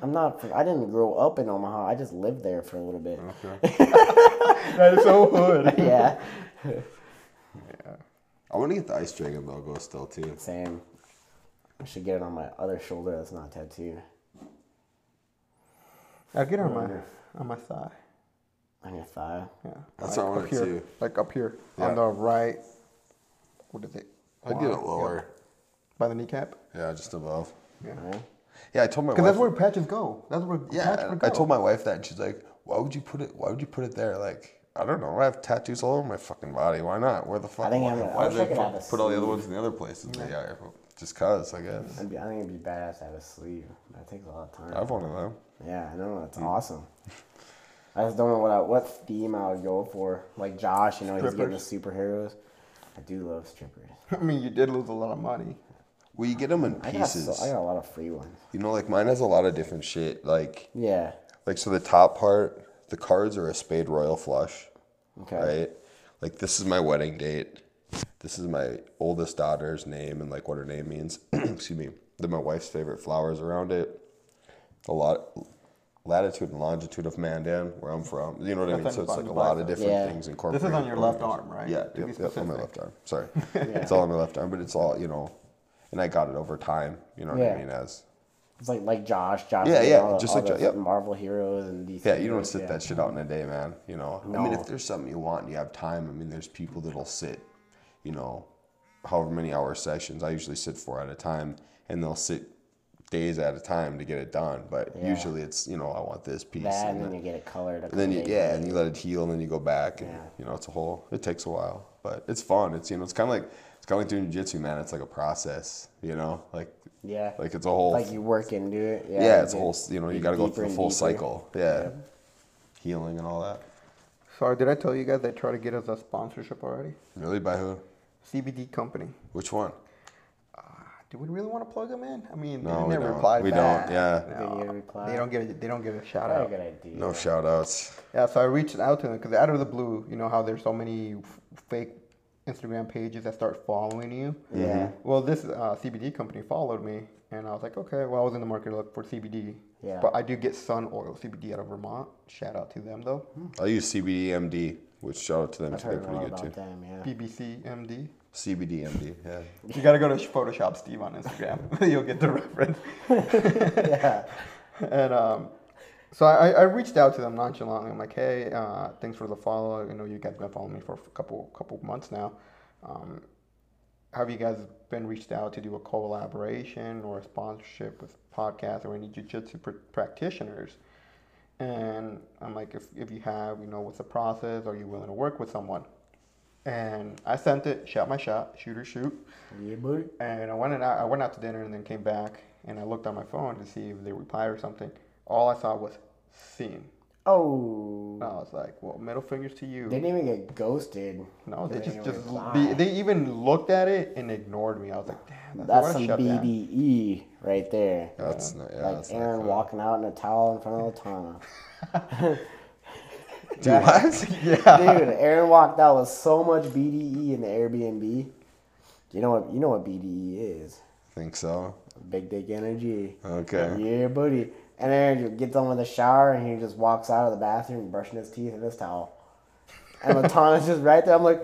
Speaker 2: I'm not. I didn't grow up in Omaha. I just lived there for a little bit.
Speaker 3: Oh.
Speaker 1: That is so hood.
Speaker 2: Yeah.
Speaker 3: I want to get the Ice Dragon logo still too.
Speaker 2: Same. I should get it on my other shoulder. That's not tattooed.
Speaker 1: I'll get on my on my thigh.
Speaker 2: On your thigh.
Speaker 1: Yeah.
Speaker 3: That's what I
Speaker 1: up
Speaker 3: wanted
Speaker 1: here,
Speaker 3: too.
Speaker 1: like up here
Speaker 3: Yeah.
Speaker 1: on the right. What is it?
Speaker 3: I'd get it lower.
Speaker 1: By the kneecap.
Speaker 3: Yeah, just above.
Speaker 2: Huh?
Speaker 3: Yeah, I told my wife.
Speaker 1: Because that's where patches go. That's where patches
Speaker 3: Yeah,
Speaker 1: would go.
Speaker 3: I told my wife that, and she's like, "Why would you put it? Why would you put it there? Like, I don't know. I have tattoos all over my fucking body. Why not? Where the fuck?
Speaker 2: I think
Speaker 3: why,
Speaker 2: I'm gonna-
Speaker 3: why
Speaker 2: I
Speaker 3: do
Speaker 2: wish I
Speaker 3: they
Speaker 2: could have a
Speaker 3: put, put all the other ones in the other places? Yeah, yeah just cause I guess.
Speaker 2: It'd be, I think it'd be badass to have a sleeve. That takes a lot of time.
Speaker 3: I have one of them.
Speaker 2: Yeah, I know.
Speaker 3: Mm.
Speaker 2: That's awesome. I just don't know what I, what theme I would go for. Like Josh, you know, he's getting the superheroes. I do love strippers.
Speaker 1: I mean, you did lose a lot of money.
Speaker 3: Well, you get them in
Speaker 2: I got, so,
Speaker 3: pieces.
Speaker 2: I got a lot of free ones.
Speaker 3: you know, like mine has a lot of different shit. Like,
Speaker 2: Yeah.
Speaker 3: like so the top part, the cards are a spade royal flush.
Speaker 2: Okay.
Speaker 3: right? Like this is my wedding date. This is my oldest daughter's name and like what her name means. Excuse me. Then my wife's favorite flowers around it. A lot latitude and longitude of Mandan, where I'm from. You know what I mean?
Speaker 1: That's
Speaker 3: So
Speaker 1: on
Speaker 3: it's
Speaker 1: the
Speaker 3: like a
Speaker 1: bottom
Speaker 3: lot
Speaker 1: left.
Speaker 3: of different
Speaker 2: Yeah.
Speaker 3: things
Speaker 1: This
Speaker 3: incorporated.
Speaker 1: is on your left arm, right?
Speaker 3: Yeah,
Speaker 1: To be
Speaker 3: yep, yep, on my
Speaker 1: specific.
Speaker 3: left arm. Sorry. It's all on my left arm, but it's all, you know, and I got it over time. You know what
Speaker 2: Yeah.
Speaker 3: I mean? As
Speaker 2: It's like like Josh. Josh.
Speaker 3: Yeah,
Speaker 2: did
Speaker 3: yeah,
Speaker 2: all the-
Speaker 3: just
Speaker 2: all
Speaker 3: like Jo-
Speaker 2: the
Speaker 3: yep.
Speaker 2: Marvel heroes and DC.
Speaker 3: Yeah, you don't
Speaker 2: heroes,
Speaker 3: sit
Speaker 2: yeah.
Speaker 3: that shit out in a day, man. You know, I mean,
Speaker 2: No.
Speaker 3: if there's something you want and you have time, I mean, there's people that'll sit, you know, however many hour sessions. I usually sit four at a time, and they'll sit days at a time to get it done. But
Speaker 2: Yeah.
Speaker 3: usually it's you know I want this piece,
Speaker 2: that,
Speaker 3: and
Speaker 2: and then
Speaker 3: then,
Speaker 2: you get it colored. a
Speaker 3: and then you,
Speaker 2: couple days
Speaker 3: yeah,
Speaker 2: later.
Speaker 3: and you let it heal, and then you go back, and
Speaker 2: Yeah.
Speaker 3: you know it's a whole. It takes a while, but it's fun. It's you know it's kind of like it's kind of like doing jiu-jitsu, man. It's like a process, you know, like
Speaker 2: Yeah.
Speaker 3: like it's a whole
Speaker 2: Like you work into it. Yeah,
Speaker 3: yeah,
Speaker 2: you
Speaker 3: it's a
Speaker 2: get-
Speaker 3: whole you know you
Speaker 2: get
Speaker 3: got to go
Speaker 2: deeper
Speaker 3: through the
Speaker 2: and
Speaker 3: full
Speaker 2: deeper.
Speaker 3: cycle, yeah. healing and all that.
Speaker 1: Sorry, did I tell you guys they tried to get us a sponsorship already?
Speaker 3: Really, by who?
Speaker 1: CBD company.
Speaker 3: Which one?
Speaker 1: Do we really want to plug them in? I mean,
Speaker 3: No,
Speaker 1: they
Speaker 3: we
Speaker 1: never
Speaker 3: don't.
Speaker 1: replied
Speaker 3: We
Speaker 1: back.
Speaker 3: don't, yeah.
Speaker 1: No.
Speaker 2: They didn't reply.
Speaker 1: They don't get a, they don't get a shout
Speaker 2: Probably
Speaker 1: out.
Speaker 2: a good idea.
Speaker 3: No shout outs.
Speaker 1: Yeah, so I reached out to them because out of the blue, you know how there's so many f- fake Instagram pages that start following you.
Speaker 2: Yeah.
Speaker 1: Well, this uh, CBD company followed me, and I was like, okay, well, I was in the market look for CBD.
Speaker 2: Yeah.
Speaker 1: But I do get sun oil CBD out of Vermont. Shout out to them though.
Speaker 2: Hmm.
Speaker 3: I use CBDMD, which shout out to them
Speaker 2: I've
Speaker 3: too. They're
Speaker 2: heard
Speaker 3: pretty
Speaker 2: all
Speaker 3: good too.
Speaker 2: about them. Yeah.
Speaker 1: BBC MD.
Speaker 3: CBDMD, yeah.
Speaker 1: You gotta go to Photoshop Steve on Instagram. You'll get the reference.
Speaker 2: yeah.
Speaker 1: and um, so I, I reached out to them nonchalantly. I'm like, hey, uh, thanks for the follow. You know, you guys been following me for a couple couple months now. Um, have you guys been reached out to do a collaboration or a sponsorship with podcasts or any jiu-jitsu pr- practitioners? And I'm like, if, if you have, you know, what's the process? Are you willing to work with someone? And I sent it, shot my shot, shoot or shoot.
Speaker 2: Yeah, buddy.
Speaker 1: And I went and out, I went out to dinner and then came back and I looked on my phone to see if they replied or something. All I saw was seen.
Speaker 2: Oh.
Speaker 1: And I was like, well, middle fingers to you.
Speaker 2: They didn't even get ghosted.
Speaker 1: no, they just
Speaker 2: even
Speaker 1: just
Speaker 2: reply.
Speaker 1: they, they even looked at it and ignored me. I was like, damn, that's,
Speaker 2: That's
Speaker 1: what I
Speaker 2: some
Speaker 1: shut down.
Speaker 2: BDE right there.
Speaker 3: That's not, yeah.
Speaker 2: like
Speaker 3: that's not
Speaker 2: Aaron
Speaker 3: good.
Speaker 2: walking out in a towel in front of Latana.
Speaker 3: Dude, what?
Speaker 1: Yeah.
Speaker 2: Dude, Aaron walked out with so much BDE in the Airbnb. You know what? You know what BDE is?
Speaker 3: Think so?
Speaker 2: Big dick energy.
Speaker 3: Okay.
Speaker 2: Yeah, buddy. And Aaron just gets on with the shower and he just walks out of the bathroom brushing his teeth in his towel. And Latana's just right there. I'm like,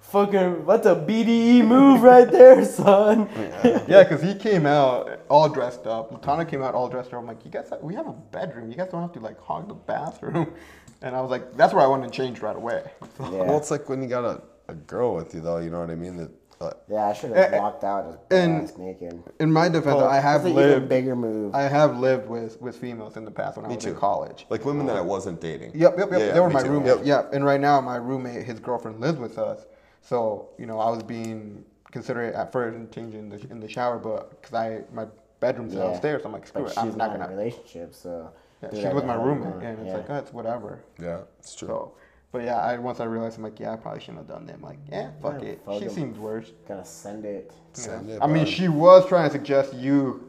Speaker 2: fucking, what's a BDE move right there, son?
Speaker 1: Yeah, because he came out all dressed up. Latana came out all dressed up. I'm like, you guys, have- we have a bedroom. You guys don't have to like hog the bathroom. And I was like, that's where I want to change right away.
Speaker 3: Well,
Speaker 2: Yeah,
Speaker 3: it's like when you got a, a girl with you, though. You know what I mean? That uh,
Speaker 2: yeah I should have walked out just
Speaker 1: eh, And-
Speaker 2: butt-ass naked.
Speaker 1: In my defense, I have
Speaker 2: That's an even
Speaker 1: lived.
Speaker 2: bigger move.
Speaker 1: I have lived with with females in the past when I was in
Speaker 3: too.
Speaker 1: college.
Speaker 3: like women that I wasn't dating.
Speaker 1: Yep, yep, yep.
Speaker 3: Yeah,
Speaker 1: they were
Speaker 3: me
Speaker 1: my
Speaker 3: too.
Speaker 1: roommates.
Speaker 3: Yep.
Speaker 1: Yep. And right now, my roommate, his girlfriend lives with us. So you know, I was being considerate at first and changing in the, in the shower, but because I my bedroom's
Speaker 2: Yeah.
Speaker 1: downstairs, I'm like, screw
Speaker 2: but
Speaker 1: it,
Speaker 2: she's
Speaker 1: I'm not
Speaker 2: in a
Speaker 1: gonna.
Speaker 2: relationship, so
Speaker 1: Yeah,
Speaker 2: do
Speaker 1: she's
Speaker 2: that
Speaker 1: with
Speaker 2: to
Speaker 1: my
Speaker 2: her.
Speaker 1: roommate, and it's
Speaker 2: Yeah.
Speaker 1: like, oh, it's whatever.
Speaker 3: Yeah, it's true.
Speaker 1: So, but yeah, I once I realized, I'm like, yeah, I probably shouldn't have done that. I'm like, yeah, fuck
Speaker 2: Yeah,
Speaker 1: it.
Speaker 2: fuck
Speaker 1: she
Speaker 2: him.
Speaker 1: seems worse.
Speaker 2: Gotta send it.
Speaker 3: Send
Speaker 1: Yeah.
Speaker 3: it,
Speaker 1: I mean,
Speaker 3: bud.
Speaker 1: she was trying to suggest you,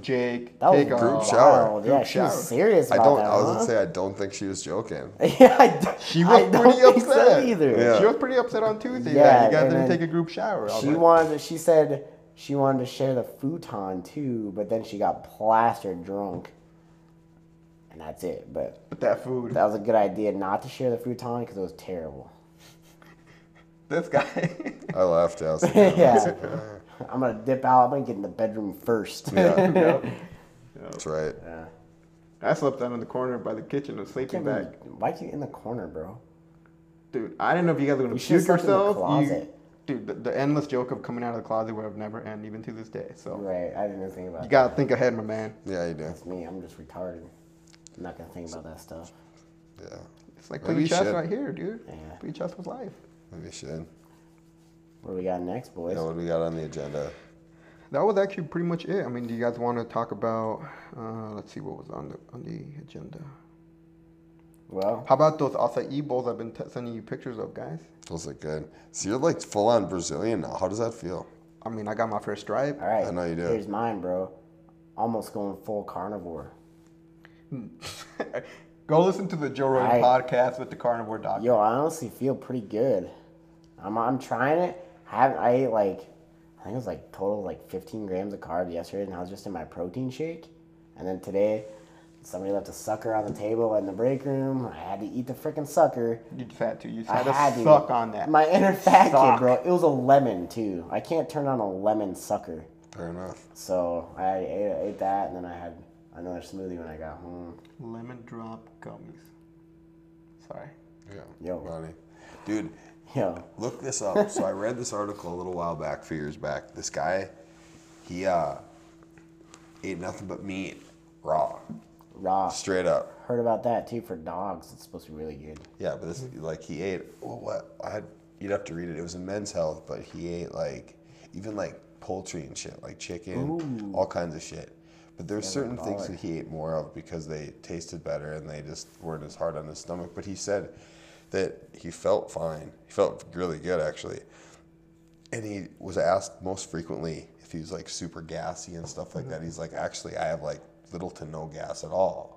Speaker 1: Jake,
Speaker 2: That was
Speaker 1: take a
Speaker 3: Group
Speaker 2: wild.
Speaker 3: shower.
Speaker 2: Yeah,
Speaker 1: Group
Speaker 2: she was
Speaker 1: shower.
Speaker 2: serious
Speaker 3: I
Speaker 2: about
Speaker 3: don't.
Speaker 2: that.
Speaker 3: I was
Speaker 2: huh?
Speaker 3: gonna say I don't think she was joking.
Speaker 2: yeah, I d-
Speaker 1: She was
Speaker 2: I don't
Speaker 1: pretty
Speaker 2: think so
Speaker 1: upset.
Speaker 2: either.
Speaker 3: Yeah.
Speaker 1: She was pretty upset on Tuesday that
Speaker 2: Yeah,
Speaker 1: you guys
Speaker 2: and
Speaker 1: didn't
Speaker 2: then
Speaker 1: take a group shower. I was
Speaker 2: She
Speaker 1: like,
Speaker 2: wanted. To, she said she wanted to share the futon too, but then she got plastered drunk, and that's it. But
Speaker 1: "But that food.
Speaker 2: that was a good idea not to share the futon because it was terrible.
Speaker 1: This guy.
Speaker 3: I laughed. I was like,
Speaker 2: yeah, I'm gonna dip out. I'm gonna get in the bedroom first.
Speaker 3: yeah,
Speaker 1: Yep.
Speaker 3: that's right.
Speaker 2: Yeah.
Speaker 1: I slept out in the corner by the kitchen and sleeping bag.
Speaker 2: Why'd you in the corner, bro?
Speaker 1: Dude, I didn't know if you guys were gonna
Speaker 2: should've
Speaker 1: puke
Speaker 2: slept in the
Speaker 1: yourself. You-
Speaker 2: closet.
Speaker 1: dude, the, the endless joke of coming out of the closet would have never end, even to this day. So
Speaker 2: Right, I didn't even think about
Speaker 1: you
Speaker 2: that.
Speaker 1: gotta think ahead, my man.
Speaker 3: Yeah, you do.
Speaker 2: Me, I'm just retarded. I'm not gonna think about that stuff.
Speaker 3: Yeah,
Speaker 1: It's like
Speaker 3: Maybe
Speaker 1: playing
Speaker 3: you
Speaker 1: chess
Speaker 3: should.
Speaker 1: right here, dude.
Speaker 2: Yeah.
Speaker 1: Playing chess with life.
Speaker 3: maybe you should.
Speaker 2: What do we got next, boys?
Speaker 3: Yeah, what do we got on the agenda?
Speaker 1: That was actually pretty much it. I mean, do you guys want to talk about? Uh, let's see what was on the on the agenda.
Speaker 2: Well,
Speaker 1: How about those acai bowls I've been t- sending you pictures of, guys?
Speaker 3: Those look good. So you're like full on Brazilian now. How does that feel?
Speaker 1: I mean, I got my first stripe.
Speaker 2: all right.
Speaker 3: I know you do.
Speaker 2: Here's mine, bro. Almost going full carnivore.
Speaker 1: Go listen to the Joe Rogan
Speaker 2: I-
Speaker 1: podcast with the carnivore doctor.
Speaker 2: Yo, I honestly feel pretty good. I'm, I'm trying it. I haven't, I ate like, I think it was like total like 15 grams of carbs yesterday, and I was just in my protein shake. And then today, somebody left a sucker on the table in the break room. I had to eat the freaking sucker.
Speaker 1: You just had to. You just
Speaker 2: I
Speaker 1: had,
Speaker 2: had
Speaker 1: to
Speaker 2: to.
Speaker 1: suck on that.
Speaker 2: My inner fat
Speaker 1: Suck.
Speaker 2: kid, bro. It was a lemon too. I can't turn on a lemon sucker.
Speaker 3: Fair enough.
Speaker 2: So I ate, I ate that, and then I had another smoothie when I got home.
Speaker 1: Lemon drop gummies. Sorry.
Speaker 3: Yeah.
Speaker 2: Yo.
Speaker 3: Money. Dude,
Speaker 2: Yo,
Speaker 3: look this up. so I read this article a little while back, a few years back. This guy, he uh, ate nothing but meat raw,
Speaker 2: raw.
Speaker 3: straight up.
Speaker 2: Heard about that too for dogs. It's supposed to be really good.
Speaker 3: Yeah, but this like he ate. Well, what I you'd have to read it. It was in Men's Health, but he ate like even like poultry and shit, like chicken, all kinds of shit. But there's certain things that he ate more of because they tasted better and they just weren't as hard on his stomach. But he said that he felt fine. He felt really good actually. And he was asked most frequently if he was like super gassy and stuff like that. He's like, actually, I have like little to no gas at all.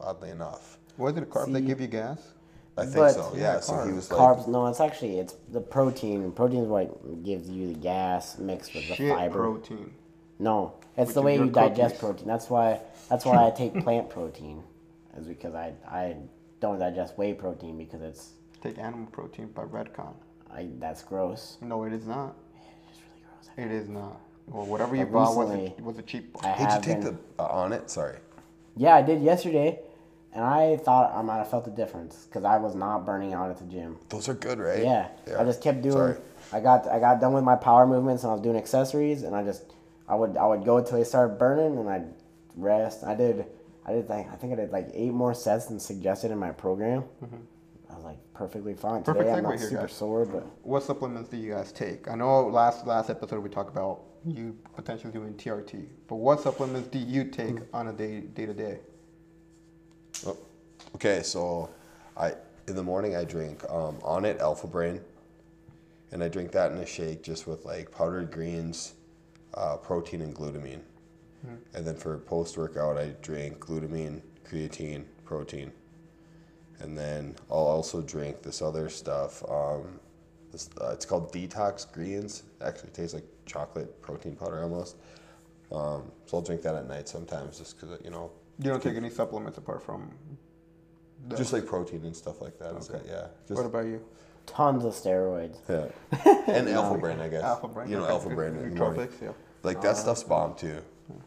Speaker 3: Oddly enough,
Speaker 1: Was it a carb that give you gas?
Speaker 3: I think
Speaker 2: But-
Speaker 3: so. Yeah.
Speaker 1: Yeah,
Speaker 3: so he
Speaker 1: carbs.
Speaker 3: was like,
Speaker 2: Carbs? No, it's actually it's the protein. Protein is what gives you the gas mixed with the
Speaker 1: Shit
Speaker 2: fiber.
Speaker 1: protein.
Speaker 2: No, it's the
Speaker 1: is
Speaker 2: way
Speaker 1: your
Speaker 2: you digest
Speaker 1: cookies.
Speaker 2: protein. That's why. That's why I take plant protein, is because I I don't digest whey protein because it's
Speaker 1: Take animal protein by Redcon.
Speaker 2: I that's gross.
Speaker 1: No, it is not.
Speaker 2: It's really gross.
Speaker 1: It is not. Well, whatever you
Speaker 2: But
Speaker 1: bought was a,
Speaker 2: recently,
Speaker 1: was a cheap
Speaker 2: I
Speaker 1: one.
Speaker 3: Did you
Speaker 2: have
Speaker 3: take
Speaker 2: been-
Speaker 3: the uh, on it? Sorry.
Speaker 2: Yeah, I did yesterday, and I thought I might have felt the difference because I was not burning out at the gym.
Speaker 3: Those are good, right?
Speaker 2: Yeah, I just kept doing.
Speaker 3: Sorry.
Speaker 2: I got I got done with my power movements and I was doing accessories and I just I would I would go until they started burning and I'd rest. I did I did like I think I did like eight more sets than suggested in my program.
Speaker 3: Mm-hmm.
Speaker 2: I was like perfectly fine today.
Speaker 1: Perfect
Speaker 2: I'm
Speaker 1: segue
Speaker 2: not
Speaker 1: here,
Speaker 2: super
Speaker 1: guys.
Speaker 2: sore, but
Speaker 1: What supplements do you guys take? I know last last episode we talked about you potentially doing TRT, but what supplements do you take
Speaker 2: Hmm.
Speaker 1: on a day day to day?
Speaker 3: Oh, Okay, so I in the morning I drink um, on it Alpha Brain, and I drink that in a shake just with like powdered greens, uh, protein and glutamine, and then for post workout I drink glutamine, creatine, protein, and then I'll also drink this other stuff. Um, this, uh, it's called detox greens. Actually, tastes like chocolate protein powder almost. Um, so I'll drink that at night sometimes just because you know
Speaker 1: You don't take any supplements apart from. the-
Speaker 3: just like protein and stuff like that. is it? Yeah. Just,
Speaker 1: what about you?
Speaker 2: tons of steroids.
Speaker 3: yeah. And alpha brain, I guess.
Speaker 1: Alpha brain.
Speaker 3: You know,
Speaker 1: okay,
Speaker 3: alpha
Speaker 1: good.
Speaker 3: brain in the morning.
Speaker 1: Nootropics, yeah.
Speaker 3: Like
Speaker 2: Uh,
Speaker 3: that stuff's bomb too.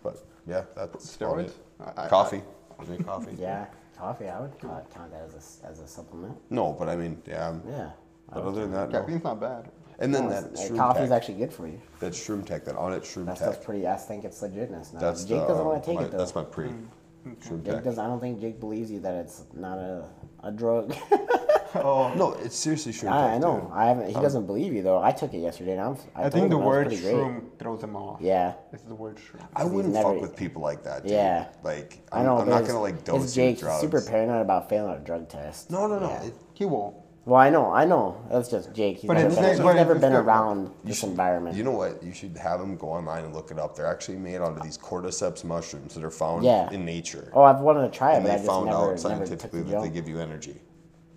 Speaker 3: But yeah, that's about
Speaker 1: Steroids?
Speaker 3: it.
Speaker 1: I- I-
Speaker 3: coffee. I drink coffee.
Speaker 2: Yeah, coffee. I would ca- count that as a, s- as a supplement.
Speaker 3: No, but I mean, yeah. I'm-
Speaker 2: Yeah.
Speaker 3: But other than that, no.
Speaker 1: Caffeine's not bad.
Speaker 3: And then that
Speaker 2: Coffee
Speaker 3: shroom
Speaker 2: coffee's
Speaker 3: tech.
Speaker 2: actually good for you.
Speaker 3: that shroom tech, that on it shroom
Speaker 2: That
Speaker 3: tech.
Speaker 2: stuff's pretty. I think it's legitness. Now.
Speaker 3: That's
Speaker 2: Jake
Speaker 3: the,
Speaker 2: doesn't
Speaker 3: um,
Speaker 2: want to take
Speaker 3: my-
Speaker 2: it though. Mm.
Speaker 3: That's my pre. Shroom
Speaker 2: Jake
Speaker 3: tech.
Speaker 2: does. I don't think Jake believes you that it's not a, a drug.
Speaker 3: No, it's seriously shroom
Speaker 2: I,
Speaker 3: tech.
Speaker 2: I know.
Speaker 3: dude.
Speaker 2: I haven't. He doesn't believe you though. I took it yesterday, and I'm. I,
Speaker 1: I
Speaker 2: told
Speaker 1: think
Speaker 2: him
Speaker 1: the
Speaker 2: I was
Speaker 1: word
Speaker 2: pretty great.
Speaker 1: shroom throws them off.
Speaker 2: Yeah,
Speaker 1: It's the word shroom.
Speaker 3: I wouldn't
Speaker 2: never-
Speaker 3: fuck with people like that. Dude.
Speaker 2: Yeah.
Speaker 3: Like
Speaker 2: I
Speaker 3: I'm,
Speaker 2: know.
Speaker 3: I'm
Speaker 2: but
Speaker 3: not
Speaker 2: it's-
Speaker 3: gonna like dose
Speaker 2: It's
Speaker 3: you with
Speaker 2: Jake.
Speaker 3: drugs.
Speaker 2: Super paranoid about failing a drug test.
Speaker 3: No, no, no.
Speaker 2: Yeah.
Speaker 3: It-
Speaker 1: He won't.
Speaker 2: Well, I know. I know. That's just Jake. He's
Speaker 1: But
Speaker 2: never
Speaker 1: it's-
Speaker 2: been, he's
Speaker 1: but
Speaker 2: never
Speaker 1: it's
Speaker 2: been
Speaker 1: good.
Speaker 2: around this
Speaker 3: should-
Speaker 2: environment.
Speaker 3: You know what? You should have them go online and look it up. They're actually made out of these cordyceps mushrooms that are found
Speaker 2: Yeah.
Speaker 3: in nature.
Speaker 2: oh, I've wanted to try it,
Speaker 3: and
Speaker 2: but I
Speaker 3: they
Speaker 2: just
Speaker 3: found
Speaker 2: never,
Speaker 3: out
Speaker 2: never took
Speaker 3: scientifically
Speaker 2: the
Speaker 3: that they
Speaker 2: jump.
Speaker 3: give you energy.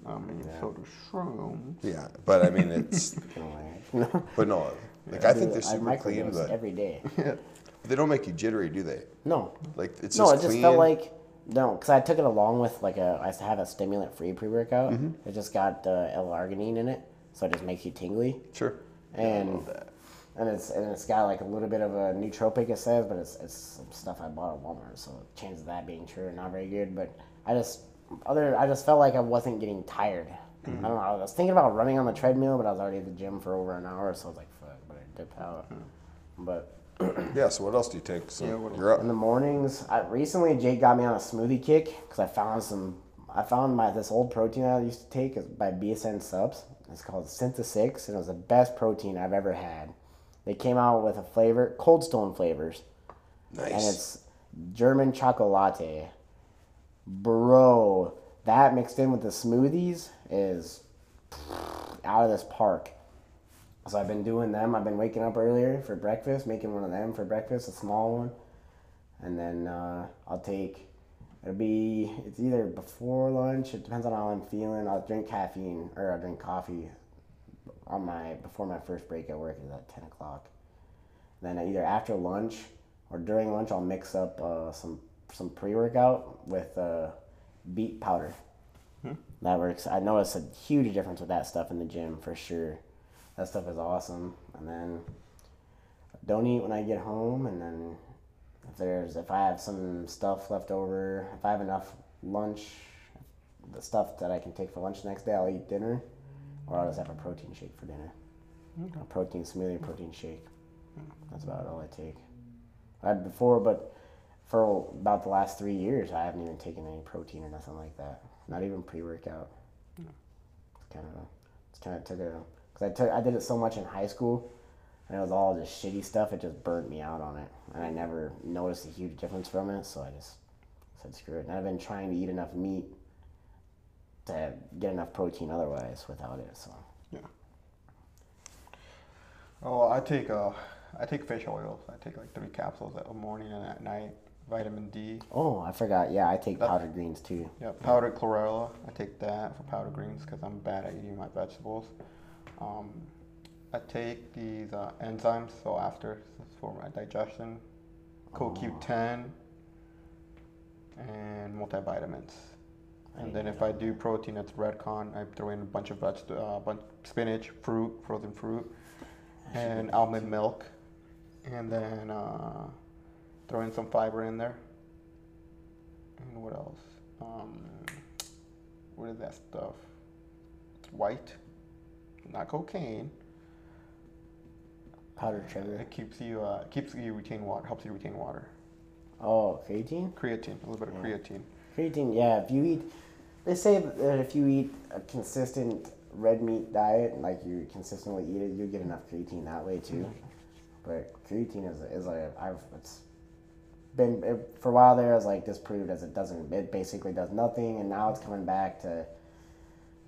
Speaker 1: I mean, so do shrooms.
Speaker 3: Yeah, but I mean, it's but no, like I think they're
Speaker 2: I
Speaker 3: super clean,
Speaker 2: microdose
Speaker 3: but
Speaker 2: every day.
Speaker 3: they don't make you jittery, do they?
Speaker 2: No,
Speaker 3: Like it's
Speaker 2: no,
Speaker 3: just
Speaker 2: it just
Speaker 3: clean.
Speaker 2: felt like no, because I took it along with like a I used to have a stimulant free pre workout.
Speaker 3: Mm-hmm.
Speaker 2: It just got uh, L-arginine in it, so it just makes you tingly,
Speaker 3: sure.
Speaker 2: and and it's and it's got like a little bit of a nootropic it says, but it's it's some stuff I bought at Walmart, so chances of that being true are not very good. But I just other I just felt like I wasn't getting tired.
Speaker 3: Mm-hmm.
Speaker 2: I don't know. I was thinking about running on the treadmill, but I was already at the gym for over an hour, so I was like, "Fuck!" But I dipped out.
Speaker 3: Mm-hmm.
Speaker 2: But
Speaker 3: Yeah. So what else do you take? So
Speaker 1: Yeah, what
Speaker 3: you're
Speaker 2: in
Speaker 3: up.
Speaker 2: the mornings. I, recently, Jake got me on a smoothie kick because I found some. I found my this old protein I used to take is by BSN Subs. It's called Syntha Six, and it was the best protein I've ever had. They came out with a flavor, Cold Stone flavors, and
Speaker 3: Nice.
Speaker 2: it's German chocolate. Bro, that mixed in with the smoothies is out of this park. So I've been doing them. I've been waking up earlier for breakfast, making one of them for breakfast, a small one, and then uh, I'll take. It'll be it's either before lunch. It depends on how I'm feeling. I'll drink caffeine or I'll drink coffee on my before my first break at work is at ten o'clock. Then either after lunch or during lunch, I'll mix up uh, some some pre workout with uh, beet powder. That works. I noticed a huge difference with that stuff in the gym for sure. That stuff is awesome. And then don't eat when I get home. And then if there's if I have some stuff left over, if I have enough lunch, the stuff that I can take for lunch the next day, I'll eat dinner. or I'll just have a protein shake for dinner. A protein smoothie, protein shake. That's about all I take. I had before, but for about the last three years, I haven't even taken any protein or nothing like that. Not even pre-workout. It's kind of a, it's kind of took a because I took I did it so much in high school, and it was all just shitty stuff. It just burnt me out on it, and I never noticed a huge difference from it. So I just said screw it. And I've been trying to eat enough meat to get enough protein otherwise without it. So
Speaker 1: Yeah. Oh, I take uh, I take fish oils. I take like three capsules at morning and at night. Vitamin D.
Speaker 2: oh, I forgot. Yeah, I take
Speaker 1: Uh,
Speaker 2: powdered greens too.
Speaker 1: Yeah, powdered chlorella. I take that for powdered greens because I'm bad at eating my vegetables. Um, I take these uh, enzymes. So after it's for my digestion, CoQ10 and multivitamins. And then if I do protein, it's Redcon. I throw in a bunch of veg- uh, bunch spinach, fruit, frozen fruit, and almond milk, and then uh, throw in some fiber in there. And what else? Um, what is that stuff? It's white, not cocaine.
Speaker 2: Powdered sugar.
Speaker 1: It keeps you uh, keeps you retain water, helps you retain water.
Speaker 2: Oh, creatine.
Speaker 1: Creatine, a little bit of creatine.
Speaker 2: Creatine. Yeah, if you eat, they say that if you eat a consistent red meat diet, like you consistently eat it, you get enough creatine that way too. But creatine is is like I've it's been it, for a while there. It was like disproved as it doesn't. It basically does nothing, and now it's coming back to.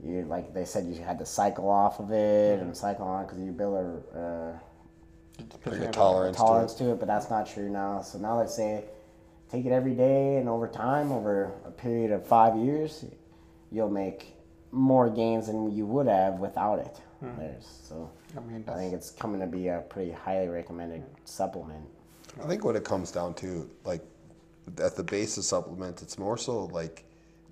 Speaker 2: You like they said you had to cycle off of it and cycle on because you build a uh,
Speaker 3: Like a tolerance. to it.
Speaker 2: tolerance to it, but that's not true now. So now they say take it every day, and over time, over a period of five years, you'll make more gains than you would have without it. There's, so
Speaker 1: I mean,
Speaker 2: I
Speaker 1: that's,
Speaker 2: think it's coming to be a pretty highly recommended supplement.
Speaker 3: I think what it comes down to, like at the base of supplements, it's more so like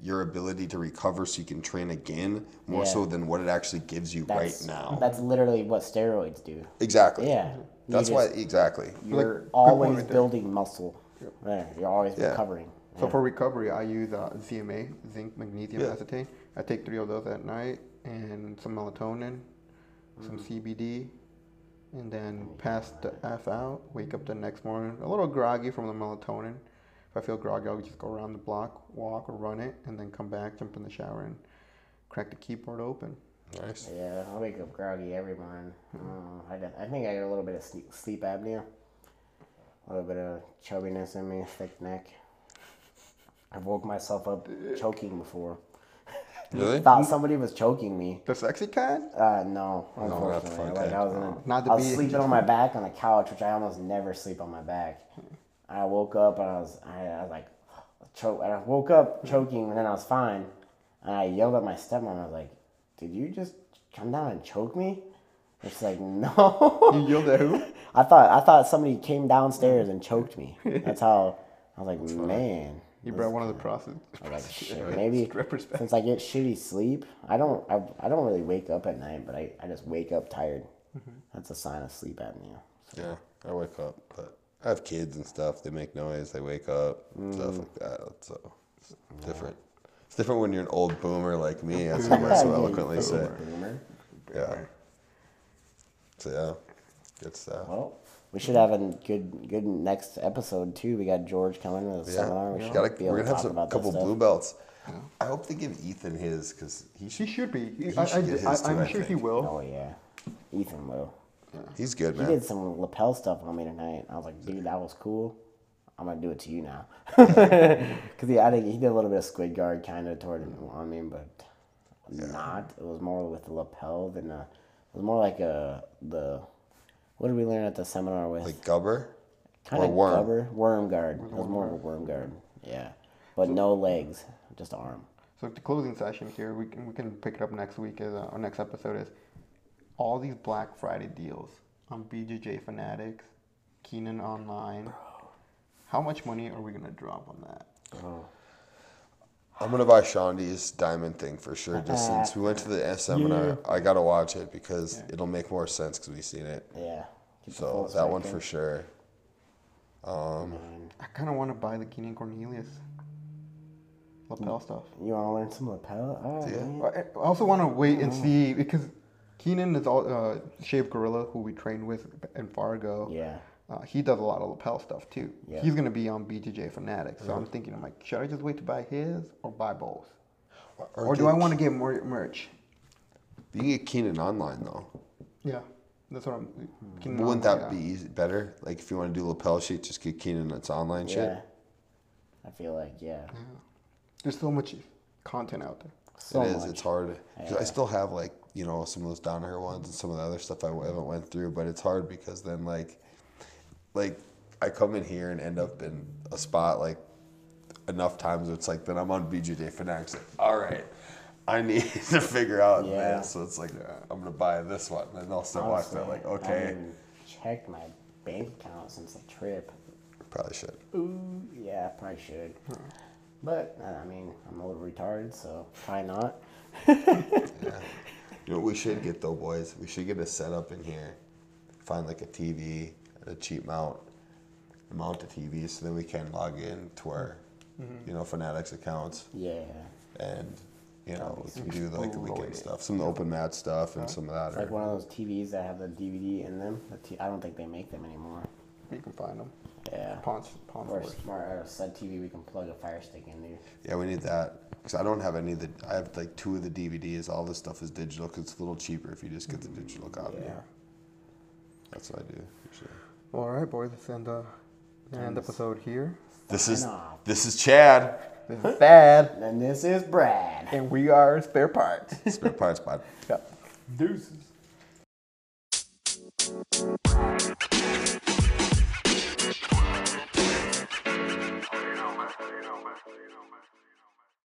Speaker 3: your ability to recover so you can train again, more
Speaker 2: Yeah.
Speaker 3: so than what it actually gives you
Speaker 2: That's,
Speaker 3: right now.
Speaker 2: that's literally what steroids do.
Speaker 3: exactly.
Speaker 2: Yeah, You
Speaker 3: That's
Speaker 2: just-
Speaker 3: why exactly.
Speaker 2: you're
Speaker 1: good point
Speaker 2: always
Speaker 1: right there.
Speaker 2: building muscle. There, you're always
Speaker 3: Yeah.
Speaker 2: recovering.
Speaker 1: So for recovery, I use uh, ZMA, zinc, magnesium
Speaker 3: Yeah.
Speaker 1: acetate. I take three of those at night and some melatonin, some
Speaker 3: Mm-hmm.
Speaker 1: CBD, and then pass the F out, wake up the next morning, a little groggy from the melatonin. If I feel groggy, I'll just go around the block, walk or run it, and then come back, jump in the shower, and crack the keyboard open.
Speaker 3: Nice.
Speaker 2: Yeah, I wake up groggy every morning. Uh, I, got- I think I got a little bit of sleep, sleep apnea, a little bit of chubbiness in me, thick neck. I've woke myself up choking before.
Speaker 3: Really?
Speaker 2: Thought somebody was choking me.
Speaker 1: The sexy kind?
Speaker 2: Uh, no,
Speaker 3: that's
Speaker 2: unfortunately,
Speaker 3: fucked
Speaker 2: like
Speaker 3: up.
Speaker 2: I was, in a,
Speaker 1: Not to
Speaker 2: I was
Speaker 1: be-
Speaker 2: sleeping on my back on the couch, which I almost never sleep on my back. I woke up and I was, I, I was like, choke. And I woke up choking, and then I was fine. And I yelled at my stepmom. I was like, "Did you just come down and choke me?" And she's like, "No."
Speaker 1: You yelled at who?
Speaker 2: I thought I thought somebody came downstairs and choked me. That's how I was like, man.
Speaker 1: You brought one of the prostitutes.
Speaker 2: I was like, shit, maybe
Speaker 1: Strippers back.
Speaker 2: since I get shitty sleep, I don't I, I don't really wake up at night, but I, I just wake up tired.
Speaker 1: Mm-hmm.
Speaker 2: That's a sign of sleep apnea.
Speaker 3: Yeah. I wake up, but I have kids and stuff. They make noise. They wake up, stuff like that. So it's different. It's different when you're an old boomer like me, as you might
Speaker 2: Yeah,
Speaker 3: so
Speaker 2: you
Speaker 3: eloquently say.
Speaker 2: fucking boomer.
Speaker 3: Yeah. So yeah, good stuff.
Speaker 2: Well, we should have a good good next episode too. We got George coming with a
Speaker 3: Yeah,
Speaker 2: seminar. We
Speaker 3: we
Speaker 2: should
Speaker 3: gotta,
Speaker 2: be able
Speaker 3: we're
Speaker 2: to
Speaker 3: gonna have
Speaker 2: talk
Speaker 3: some
Speaker 2: about
Speaker 3: couple
Speaker 2: couple
Speaker 3: blue belts. I hope they give Ethan his because he
Speaker 1: He
Speaker 3: should.
Speaker 1: should be. He-
Speaker 3: He
Speaker 1: I,
Speaker 3: should get his too,
Speaker 1: am
Speaker 3: I
Speaker 1: sure he
Speaker 3: think.
Speaker 1: will.
Speaker 2: Oh yeah, Ethan will.
Speaker 3: He's good,
Speaker 2: He
Speaker 3: man.
Speaker 2: did some lapel stuff on me tonight. I was like, dude, that was cool. I'm gonna do it to you now. Cause he, I think he did a little bit of squid guard kind of toward him on me, but not. It was more with the lapel than a. It was more like a the. What did we learn at the seminar with?
Speaker 3: Like Gubber.
Speaker 2: kind of
Speaker 3: or worm.
Speaker 2: cover worm guard. It was more of a worm guard. Yeah, but no legs, just arm.
Speaker 1: So the closing session here, we can we can pick it up next week. Is uh, our next episode is all these Black Friday deals on BJJ Fanatics, Keenan Online. How much money are we gonna drop on that?
Speaker 3: Oh. I'm gonna buy Shandy's diamond thing for sure. Just
Speaker 2: Uh-huh.
Speaker 3: since we went to the S seminar, I gotta watch it because it'll make more sense because we've seen it.
Speaker 2: Yeah. Keep the full
Speaker 3: So that one
Speaker 2: spectrum.
Speaker 3: for sure.
Speaker 1: I kind of want to buy the Keenan Cornelius lapel stuff.
Speaker 2: You want to learn some lapel? All right.
Speaker 3: Yeah.
Speaker 2: man.
Speaker 1: I I also want to wait and see because Keenan is all uh, Shave Gorilla, who we trained with in Fargo.
Speaker 2: Yeah.
Speaker 1: Uh, he does a lot of lapel stuff too.
Speaker 2: Yeah.
Speaker 1: He's gonna be on BJJ Fanatics, so I'm thinking, I'm like, should I just wait to buy his or buy both, or, do I want to get more merch?
Speaker 3: You can get Keenan online though.
Speaker 1: Yeah, that's what I'm. Keenan
Speaker 3: But wouldn't
Speaker 1: Allen,
Speaker 3: that
Speaker 1: yeah.
Speaker 3: be easy, better? Like if you want to do lapel sheet, just get Keenan that's online
Speaker 2: Yeah.
Speaker 3: shit.
Speaker 2: I feel like yeah.
Speaker 1: There's so much content out there.
Speaker 2: So
Speaker 3: it is.
Speaker 2: much.
Speaker 3: It's hard. 'Cause I still have like you know some of those Donaher ones and some of the other stuff I haven't went through, but it's hard because then like, like I come in here and end up in a spot like enough times. It's like then I'm on BJJ Fanatics. Like, all right, I need to figure out
Speaker 2: Yeah.
Speaker 3: this. So it's like I'm gonna buy this one, and then I'll still watch
Speaker 2: Honestly,
Speaker 3: that. Like
Speaker 2: I
Speaker 3: okay,
Speaker 2: haven't checked my bank account since the trip.
Speaker 3: probably should.
Speaker 2: Ooh, yeah, I probably should. But uh, I mean, I'm a little retarded, so why not?
Speaker 3: You know what we should get though, boys? We should get a setup in here. Find like a TV, a cheap mount, and mount a TV so then we can log in to our,
Speaker 2: Mm-hmm.
Speaker 3: you know, Fanatics accounts.
Speaker 2: Yeah.
Speaker 3: And, you know, we can do like the weekend
Speaker 1: Exploded.
Speaker 3: stuff, some of the open mat stuff and some of that.
Speaker 2: It's like
Speaker 3: Or,
Speaker 2: one of those TVs that have the DVD in them. The t- I don't think they make them anymore.
Speaker 1: You can find them.
Speaker 2: Yeah.
Speaker 1: Pawn, pawn
Speaker 2: Or a
Speaker 1: stores.
Speaker 2: smart or a sub TV we can plug a fire stick in there.
Speaker 3: yeah, we need that. Because I don't have any of the, I have like two of the DVDs. All this stuff is digital because it's a little cheaper if you just get the digital copy.
Speaker 2: Mm-hmm. Yeah.
Speaker 3: That's what I do usually.
Speaker 1: All right, boys. Let's end the end episode here.
Speaker 3: This is,
Speaker 2: off.
Speaker 3: this is Chad.
Speaker 1: This is sad,
Speaker 2: And this is Brad.
Speaker 1: and we are spare parts.
Speaker 3: Spare parts, bud.
Speaker 1: yeah.
Speaker 2: Deuces.
Speaker 4: You know, man. You know, man. You know, man.